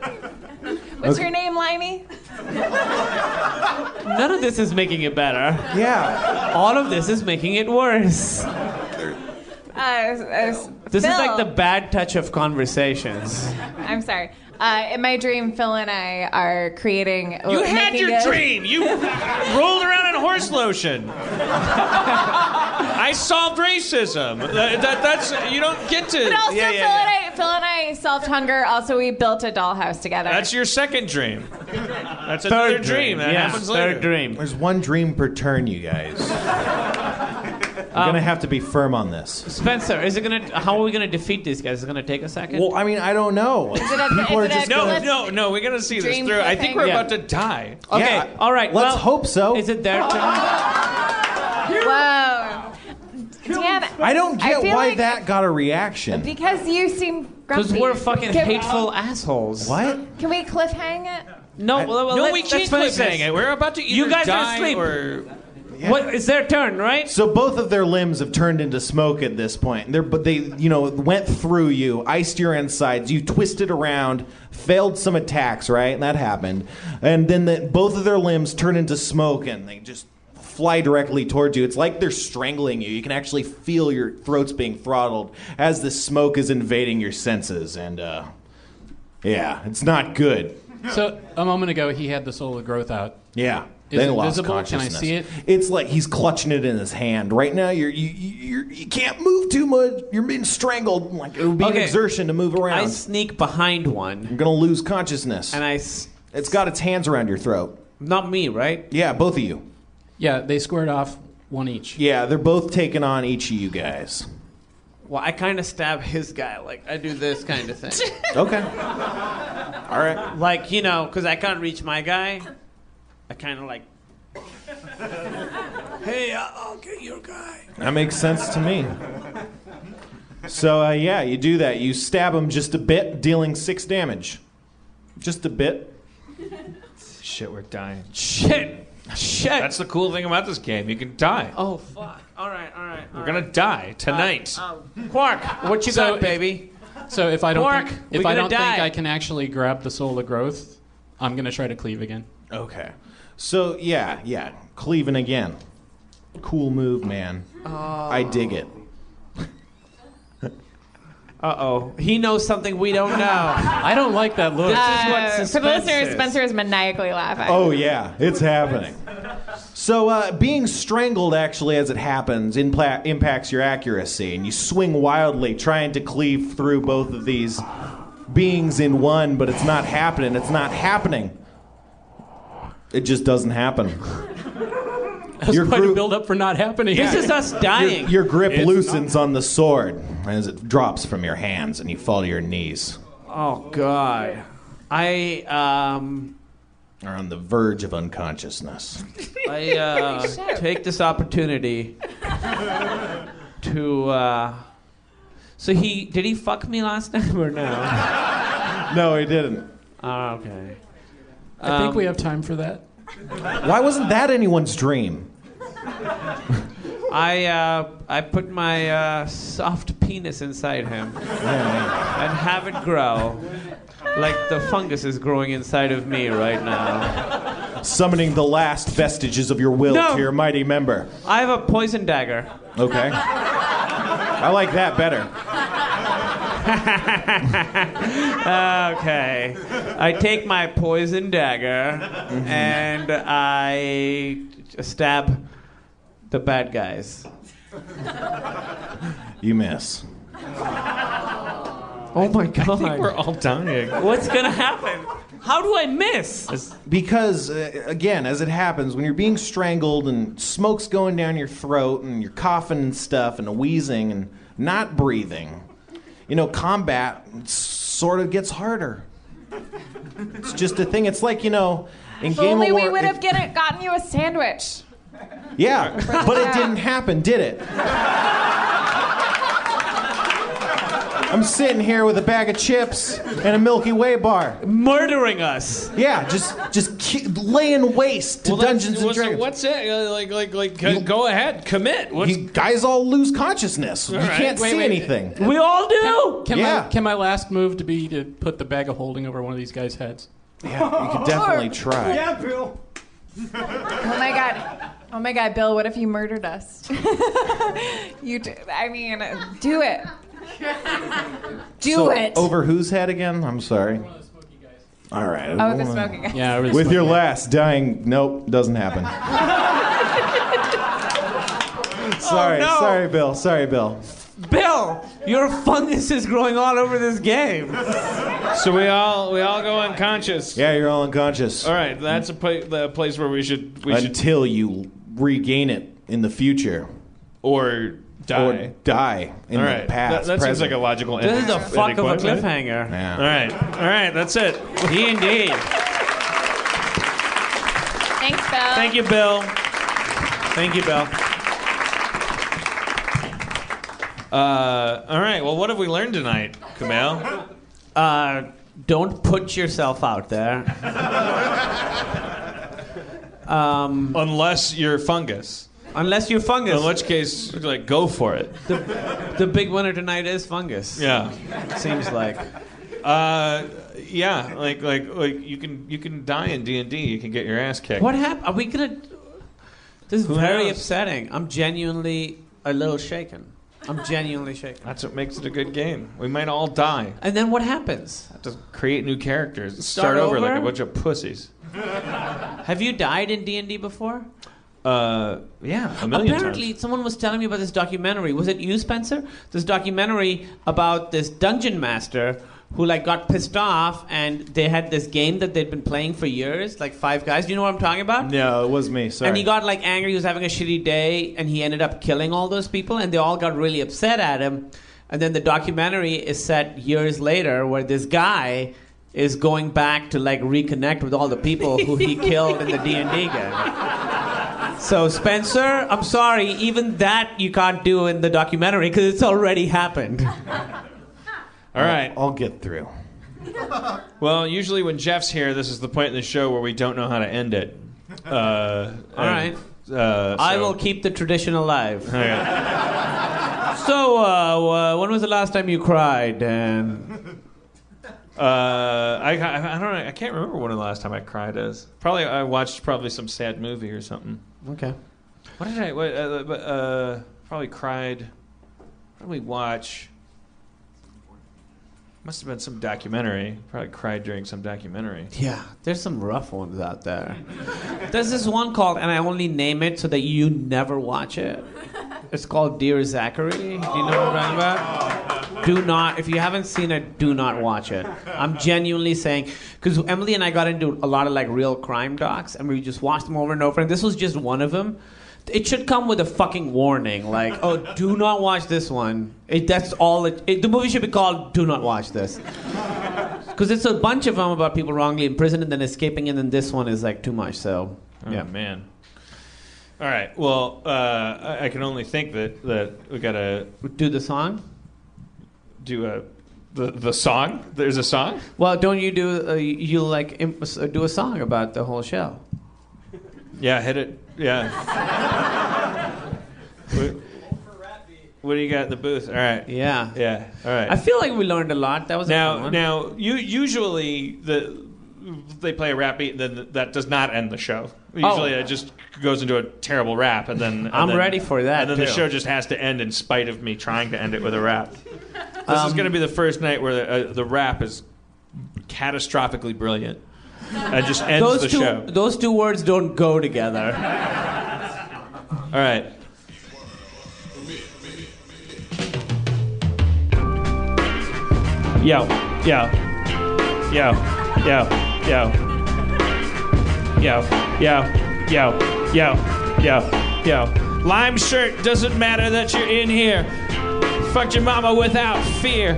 S5: What's your name, Limey?
S2: None of this is making it better.
S6: yeah.
S2: All of this is making it worse.
S5: Uh, uh,
S2: This is
S5: Phil.
S2: like the bad touch of conversations.
S5: I'm sorry. Uh, in my dream, Phil and I are creating.
S1: you had
S5: making
S1: your
S5: a-
S1: dream. You rolled around in horse lotion. I solved racism. That- that- that's you don't get to.
S5: But also,
S1: Yeah, yeah,
S5: Phil,
S1: yeah.
S5: And I, Phil and I solved hunger. Also, we built a dollhouse together.
S1: That's your second dream. That's another dream. That
S2: yeah,
S1: happens later.
S2: third dream.
S6: There's one dream per turn, you guys. I'm gonna have to be firm on this.
S2: Spencer, Um, is it gonna? How are we gonna defeat these guys? Is it gonna take a second?
S6: Well, I mean, I don't know.
S5: it a-
S6: People are
S5: is it a-
S6: just
S1: No,
S5: Let's-
S1: no, no. We're gonna see this
S5: Dream
S1: through. I think we're
S5: cliffhanger.
S1: about to die.
S2: okay,
S6: yeah,
S2: all right.
S6: let's
S2: well,
S6: hope so.
S2: Is it their
S1: Ah,
S2: turn?
S5: Whoa. Damn. it.
S6: I don't get
S5: I feel
S6: why
S5: like-
S6: that got a reaction.
S5: Because you seem grumpy.
S2: Because we're fucking
S5: Can-
S2: hateful assholes.
S6: what?
S5: Can we cliffhang it?
S2: No, well, well,
S1: no,
S2: let,
S1: we
S2: let's
S1: can't
S2: finish
S1: quit
S2: this.
S1: saying it. We're about to either
S2: You guys are
S1: die
S2: asleep.
S1: or
S2: What is their turn, right?
S6: So both of their limbs have turned into smoke at this point. They're, but they, you know, went through you, iced your insides. You twisted around, failed some attacks, right? And that happened. And then the, both of their limbs turn into smoke, and they just fly directly towards you. It's like they're strangling you. You can actually feel your throats being throttled as the smoke is invading your senses. And uh, yeah, it's not good.
S3: So a moment ago, he had the soul of growth out.
S6: Yeah.
S3: Is
S6: They
S3: it
S6: lost
S3: visible? Can I
S6: consciousness.
S3: see it?
S6: It's like he's clutching it in his hand. Right now, you're, you you you're, you can't move too much. You're being strangled. Like it would be
S2: Okay.
S6: an exertion to move
S2: I
S6: around.
S2: sneak behind one,
S6: you're gonna lose consciousness.
S2: and I. S-
S6: it's got its hands around your throat.
S2: not me, right?
S6: Yeah, both of you.
S3: Yeah, they squared off one each.
S6: Yeah, they're both taking on each of you guys.
S2: Well, I kind of stab his guy. Like, I do this kind of thing.
S6: Okay. All right.
S2: like, you know, because I can't reach my guy. I kind of like, hey, uh, oh, I- I'll get your guy.
S6: That makes sense to me. So, uh, yeah, you do that. You stab him just a bit, dealing six damage. Just a bit.
S1: Shit, we're dying.
S2: Shit. Shit.
S1: That's the cool thing about this game. You can die.
S2: oh, fuck. All right, all right. Uh, um,
S1: We're gonna die tonight.
S5: Uh,
S2: Quark, what you
S3: So
S2: got, baby?
S3: So if I don't
S2: Quark,
S3: think,
S2: we
S3: if I
S2: gonna
S3: don't
S2: die.
S3: think I can actually grab the soul of growth, I'm gonna try to cleave again.
S6: Okay. So, yeah, yeah. Cleaving again. Cool move, man. I dig it.
S2: Uh oh. He knows something we don't know.
S3: I don't like that look.
S2: what
S5: Uh, for the
S2: suspense
S5: listeners,
S2: is.
S5: Spencer is maniacally laughing.
S6: Oh yeah, it's happening. So uh, being strangled actually, as it happens, impla- impacts your accuracy, and you swing wildly, trying to cleave through both of these beings in one, but it's not happening. It's not happening. It just doesn't happen. your
S3: quite
S6: group-
S3: a build up for not happening.
S2: this is us dying.
S6: Your grip loosens on the sword as it drops from your hands, and you fall to your knees.
S2: oh, God. I, um,
S6: Are on the verge of unconsciousness.
S2: I uh, take this opportunity to. Uh, so he did he fuck me last time or no?
S6: No, he didn't.
S2: Oh, okay.
S3: I think
S6: Um,
S3: we have time for that.
S6: Why wasn't that anyone's dream?
S2: I uh, I put my uh, soft penis inside him and have it grow like the fungus is growing inside of me right now.
S6: summoning the last vestiges of your will
S2: No.
S6: to your mighty member.
S2: I have a poison dagger.
S6: Okay. I like that better.
S2: Okay. I take my poison dagger and I stab the bad guys.
S6: You miss.
S2: Oh my god.
S5: uh.
S1: We're all dying.
S2: What's gonna happen? How do I miss?
S6: Because, uh, again, as it happens, when you're being strangled and smoke's going down your throat and you're coughing and stuff and wheezing and not breathing, you know, combat sort of gets harder. It's just a thing. It's like, you know, in
S5: if
S6: Game
S5: only
S6: of War.
S5: we would
S6: it-
S5: have get it, gotten you a sandwich.
S6: Yeah, but it didn't happen, did it? I'm sitting here with a bag of chips and a Milky Way bar.
S2: Murdering us.
S6: Yeah, just just ki- laying waste to Dungeons and Dragons.
S1: what's it?
S2: Uh,
S1: Like, like, like, go ahead, commit.
S6: you guys all lose consciousness. you
S1: right.
S6: can't
S3: Wait,
S6: see
S3: wait.
S6: anything.
S2: We all do.
S3: Can
S6: Yeah.
S3: my can my last move to be to put the bag of holding over one of these guys' heads?
S6: Yeah, you could definitely try.
S7: Yeah, Bill.
S5: Oh my god. Oh my god, Bill, what if you murdered us? you do, I mean, do it. Do
S6: So,
S5: it.
S6: Over whose head again? I'm sorry. All right.
S5: oh, the smoking guy.
S3: Yeah, over the
S6: With
S3: smoke.
S6: your last dying, nope, doesn't happen. sorry,
S1: Oh,
S2: no.
S6: sorry, Bill. Sorry, Bill.
S2: Bill, your fungus is growing all over this game.
S1: So we all we all go unconscious.
S6: Yeah, you're all unconscious.
S1: All right, that's a pla- the place where we should we should
S6: until you regain it in the future
S1: or die.
S6: or die in
S1: all
S6: the
S1: right,
S6: past.
S1: that, that seems
S6: present.
S1: like a logical.
S2: This is a
S1: ending-
S2: fuck
S1: ending
S2: of a
S1: point, right?
S2: cliffhanger.
S6: Yeah.
S1: All right, all right, that's it.
S2: Indeed.
S5: Thanks, Bill.
S1: Thank you, Bill. Thank you, Bill. Uh, all right. Well, what have we learned tonight, Kamal?
S2: Uh, don't put yourself out there.
S1: Unless you're fungus,
S2: Unless you're fungus.
S1: in which case, like, go for it.
S2: the big winner tonight is fungus.
S1: Yeah.
S2: It seems like.
S1: Uh, yeah. Like, like, like you can you can die in D and D. You can get your ass kicked.
S2: What happened? Are we gonna? This is very
S1: knows?
S2: upsetting. I'm genuinely a little shaken. I'm genuinely shaken.
S1: That's what makes it a good game. We might all die.
S2: And then what happens?
S1: Have to create new characters.
S2: Start
S1: Start, over, like a
S2: over?
S1: bunch of pussies.
S2: Have you died in D and D before?
S1: Uh, yeah, a million
S2: Apparently,
S1: times.
S2: someone was telling me about this documentary. Was it you, Spencer? This documentary about this dungeon master who like got pissed off, and they had this game that they'd been playing for years, like five guys. Do you know what I'm talking about?
S6: No, it was me. Sorry.
S2: And he got like angry. He was having a shitty day, and he ended up killing all those people, and they all got really upset at him. And then the documentary is set years later, where this guy is going back to like reconnect with all the people who he killed in the D and D game. So Spencer, I'm sorry, even that you can't do in the documentary because it's already happened.
S1: All right.
S6: I'll get through.
S1: Well, usually when Jeff's here, this is the point in the show where we don't know how to end it. Uh,
S2: All right.
S1: and, uh,
S2: I
S1: so-
S2: will keep the tradition alive.
S1: All right.
S2: So, uh, uh, when was the last time you cried, um, Dan?
S1: Uh, I, I, I don't know. I can't remember when the last time I cried is. Probably I watched probably some sad movie or something.
S2: Okay.
S1: What did I? What, uh, uh, probably cried. What did we watch? Must have been some documentary. Probably cried during some documentary.
S2: Yeah, there's some rough ones out there. There's this one called, and I only name it so that you never watch it. It's called Dear Zachary. Do you know what I'm talking about? Do not, if you haven't seen it, do not watch it. I'm genuinely saying, because Emily and I got into a lot of like real crime docs, and we just watched them over and over, and this was just one of them. It should come with a fucking warning, like, oh, do not watch this one. It, that's all. It, it, the movie should be called Do Not Watch This. Because it's a bunch of them about people wrongly imprisoned and then escaping, and then this one is like too much. So
S1: Oh,
S2: yeah,
S1: man. All right. Well, uh, I, I can only think that that we gotta
S2: do the song.
S1: do a the the song. There's a song.
S2: Well, don't you do uh, you like imp- uh, do a song about the whole show?
S1: Yeah, hit it. Yeah. what, what do you got in the booth? All right.
S2: Yeah.
S1: Yeah. All right.
S2: I feel like we learned a lot. That was a fun
S1: Now,
S2: one.
S1: now, you usually the they play a rap beat, and then that does not end the show. Usually, it just goes into a terrible rap, and then and
S2: Oh. I'm
S1: then-
S2: ready for that,
S1: And then the
S2: too.
S1: show just has to end in spite of me trying to end it with a rap. This
S2: Um,
S1: is going to be the first night where the, uh, the rap is catastrophically brilliant and just ends
S2: those
S1: the
S2: two
S1: show.
S2: those two words don't go together.
S1: All right. Yo, yo, yo, yo, yo, yo, yo, yo, yo, yo, yo. Lime shirt, doesn't matter that you're in here. Fuck your mama without fear.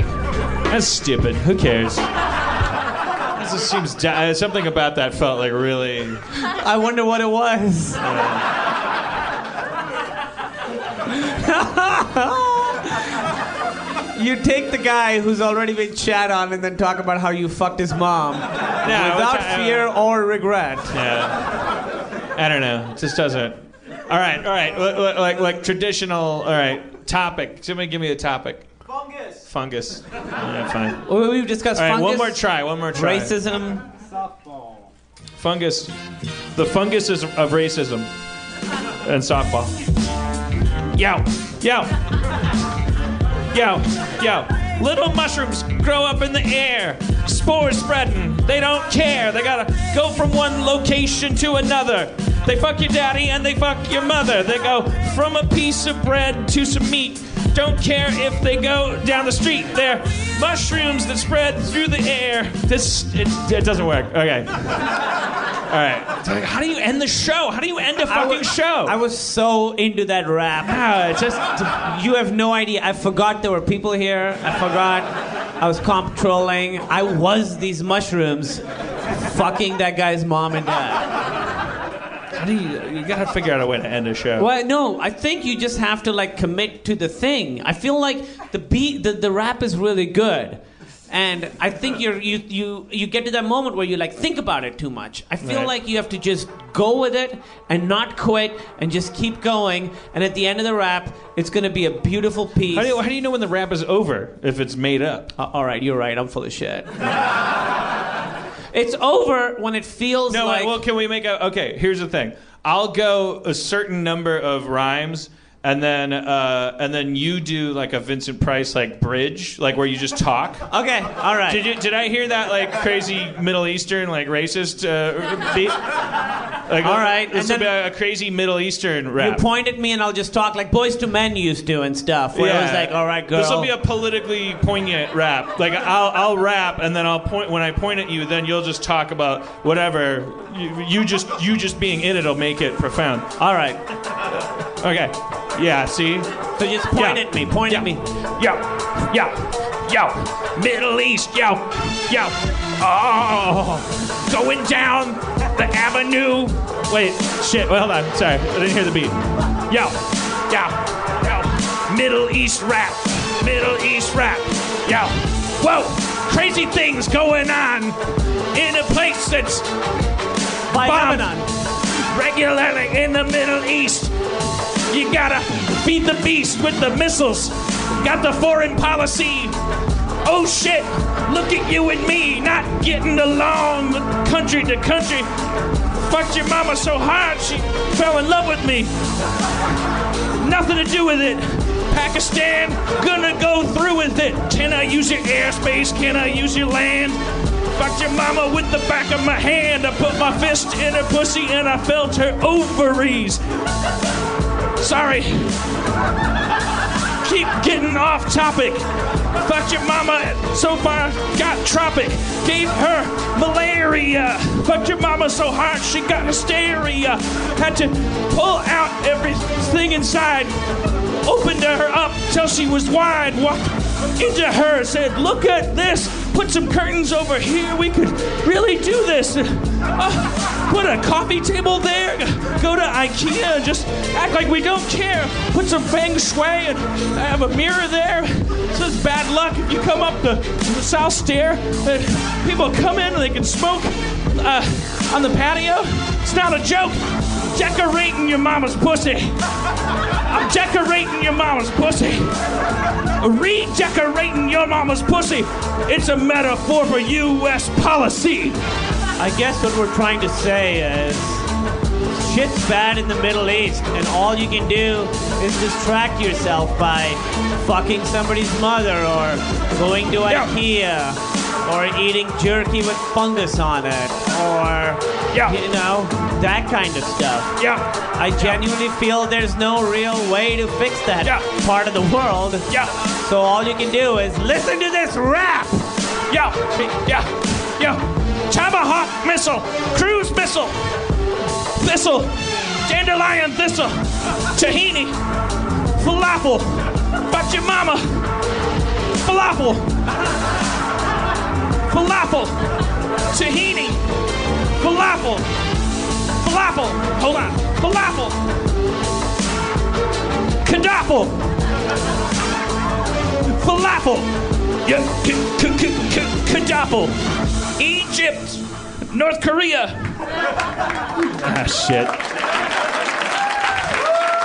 S1: That's stupid. Who cares? That just seems di- something about that felt like really.
S2: I wonder what it was. you take the guy who's already been chat on and then talk about how you fucked his mom without
S1: which I- uh,
S2: fear or regret.
S1: Yeah. I don't know. It just doesn't. All right, all right. Like, like- like, like traditional. All right. Topic. Somebody give me a topic.
S7: Fungus.
S1: Fungus. Yeah, fine. All
S2: Well, We've discussed
S1: right.
S2: fungus,
S1: One more try. One more try.
S2: racism.
S7: Softball.
S1: Fungus. The fungus is of racism and softball. Yo, yo, yo, yo. Little mushrooms grow up in the air, spores spreading. They don't care. They gotta go from one location to another. They fuck your daddy and they fuck your mother. They go from a piece of bread to some meat. Don't care if they go down the street. They're mushrooms that spread through the air. This it, it doesn't work. Okay. All right. It's like, How do you end the show? How do you end a fucking
S2: wa-
S1: show?
S2: I was so into that rap.
S1: Ah, it's just
S2: You have no idea. I forgot there were people here. I forgot. I was comp trolling. I was these mushrooms fucking that guy's mom and dad.
S1: how do you, you gotta figure out a way to end a show.
S2: Well, no, I think you just have to like commit to the thing. I feel like the beat, the, the rap is really good. And I think you're, you, you, you get to that moment where you like think about it too much. I feel
S1: Right.
S2: like you have to just go with it and not quit and just keep going. And at the end of the rap, it's going to be a beautiful piece.
S1: How do, you, how do you know when the rap is over if it's made up?
S2: Uh, all right, you're right. I'm full of shit. it's over when it feels
S1: No,
S2: like.
S1: well, can we make a? Okay, here's the thing. I'll go a certain number of rhymes, and then uh, and then you do like a Vincent Price like bridge, like where you just talk.
S2: okay, all right.
S1: Did you, did I hear that like crazy Middle Eastern like racist uh, beat? Like,
S2: All right,
S1: this
S2: and
S1: would be
S2: then-
S1: a crazy Middle Eastern
S2: You
S1: rap.
S2: point at me and I'll just talk like boys to men used to and stuff. Where I was like, all right, girl.
S1: This will be a politically poignant rap. Like I'll I'll rap and then I'll point when I point at you, then you'll just talk about whatever. You, you just you just being in it'll make it profound.
S2: all right.
S1: Okay. Yeah. See.
S2: So just point
S1: Yeah.
S2: at me. Point
S1: yeah.
S2: at me.
S1: Yo, yo, yo, Middle East, yo, yo. Oh, going down the avenue. Wait, shit, well, hold on. Sorry, I didn't hear the beat. Yo, yo, yo, Middle East rap, Middle East rap. Yo, whoa, crazy things going on in a place that's
S2: By
S1: bombed
S2: Lebanon.
S1: regularly in the Middle East. You gotta feed the beast with the missiles. Got the foreign policy. Oh shit, look at you and me not getting along country to country. Fucked your mama so hard she fell in love with me. Nothing to do with it. Pakistan, gonna go through with it. Can I use your airspace? Can I use your land? Fucked your mama with the back of my hand. I put my fist in her pussy and I felt her ovaries. Sorry. Keep getting off topic. Fucked your mama so far, got tropic. Gave her malaria. Fucked your mama so hard she got hysteria. Had to pull out everything inside. Opened her up till she was wide. Walked into her, said, Look at this. Put some curtains over here. We could really do this. Uh, put a coffee table there. Go to IKEA. Just act like we don't care. Put some feng shui and I have a mirror there. This is bad luck. If you come up the, the south stair, and people come in and they can smoke uh, on the patio. It's not a joke. Decorating your mama's pussy. I'm decorating your mama's pussy. Redecorating your mama's pussy. It's a metaphor for U.S. policy.
S2: I guess what we're trying to say is shit's bad in the Middle East, and all you can do is distract yourself by fucking somebody's mother or going to
S1: Yeah.
S2: IKEA or eating jerky with fungus on it or,
S1: Yeah.
S2: you know, that kind of stuff.
S1: Yeah,
S2: I genuinely feel there's no real way to fix that
S1: Yeah.
S2: part of the world.
S1: yeah,
S2: So all you can do is listen to this rap.
S1: yeah, yeah, yeah. Tomahawk missile, cruise missile, thistle, dandelion thistle, tahini, falafel, but your mama, falafel, falafel, tahini, falafel, falafel. Hold on, falafel, kadaffel. falafel. Yeah, k- k- k- k- kadaffel. Egypt, North Korea. ah, shit.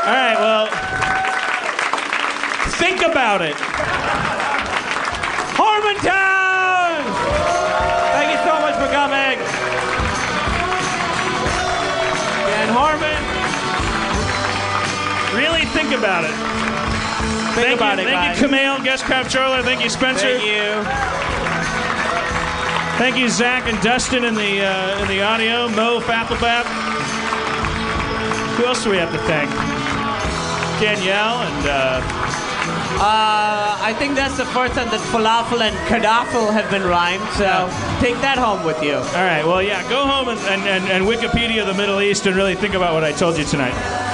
S1: All right, well, think about it. Harmontown! Thank you so much for coming. And Harmon, really think about it.
S2: Think
S1: Thank
S2: about
S1: you,
S2: it,
S1: thank
S2: guys.
S1: you, Camille, guest craft Charler. Thank you, Spencer.
S2: Thank you.
S1: Thank you, Zach and Dustin in the uh, in the audio. Mo Fafflebap. Who else do we have to thank? Danielle and uh,
S2: Uh, I think that's the first time that falafel and kadafel have been rhymed, so take that home with you.
S1: all right. Well, yeah. Go home and, and, and, and Wikipedia the Middle East and really think about what I told you tonight.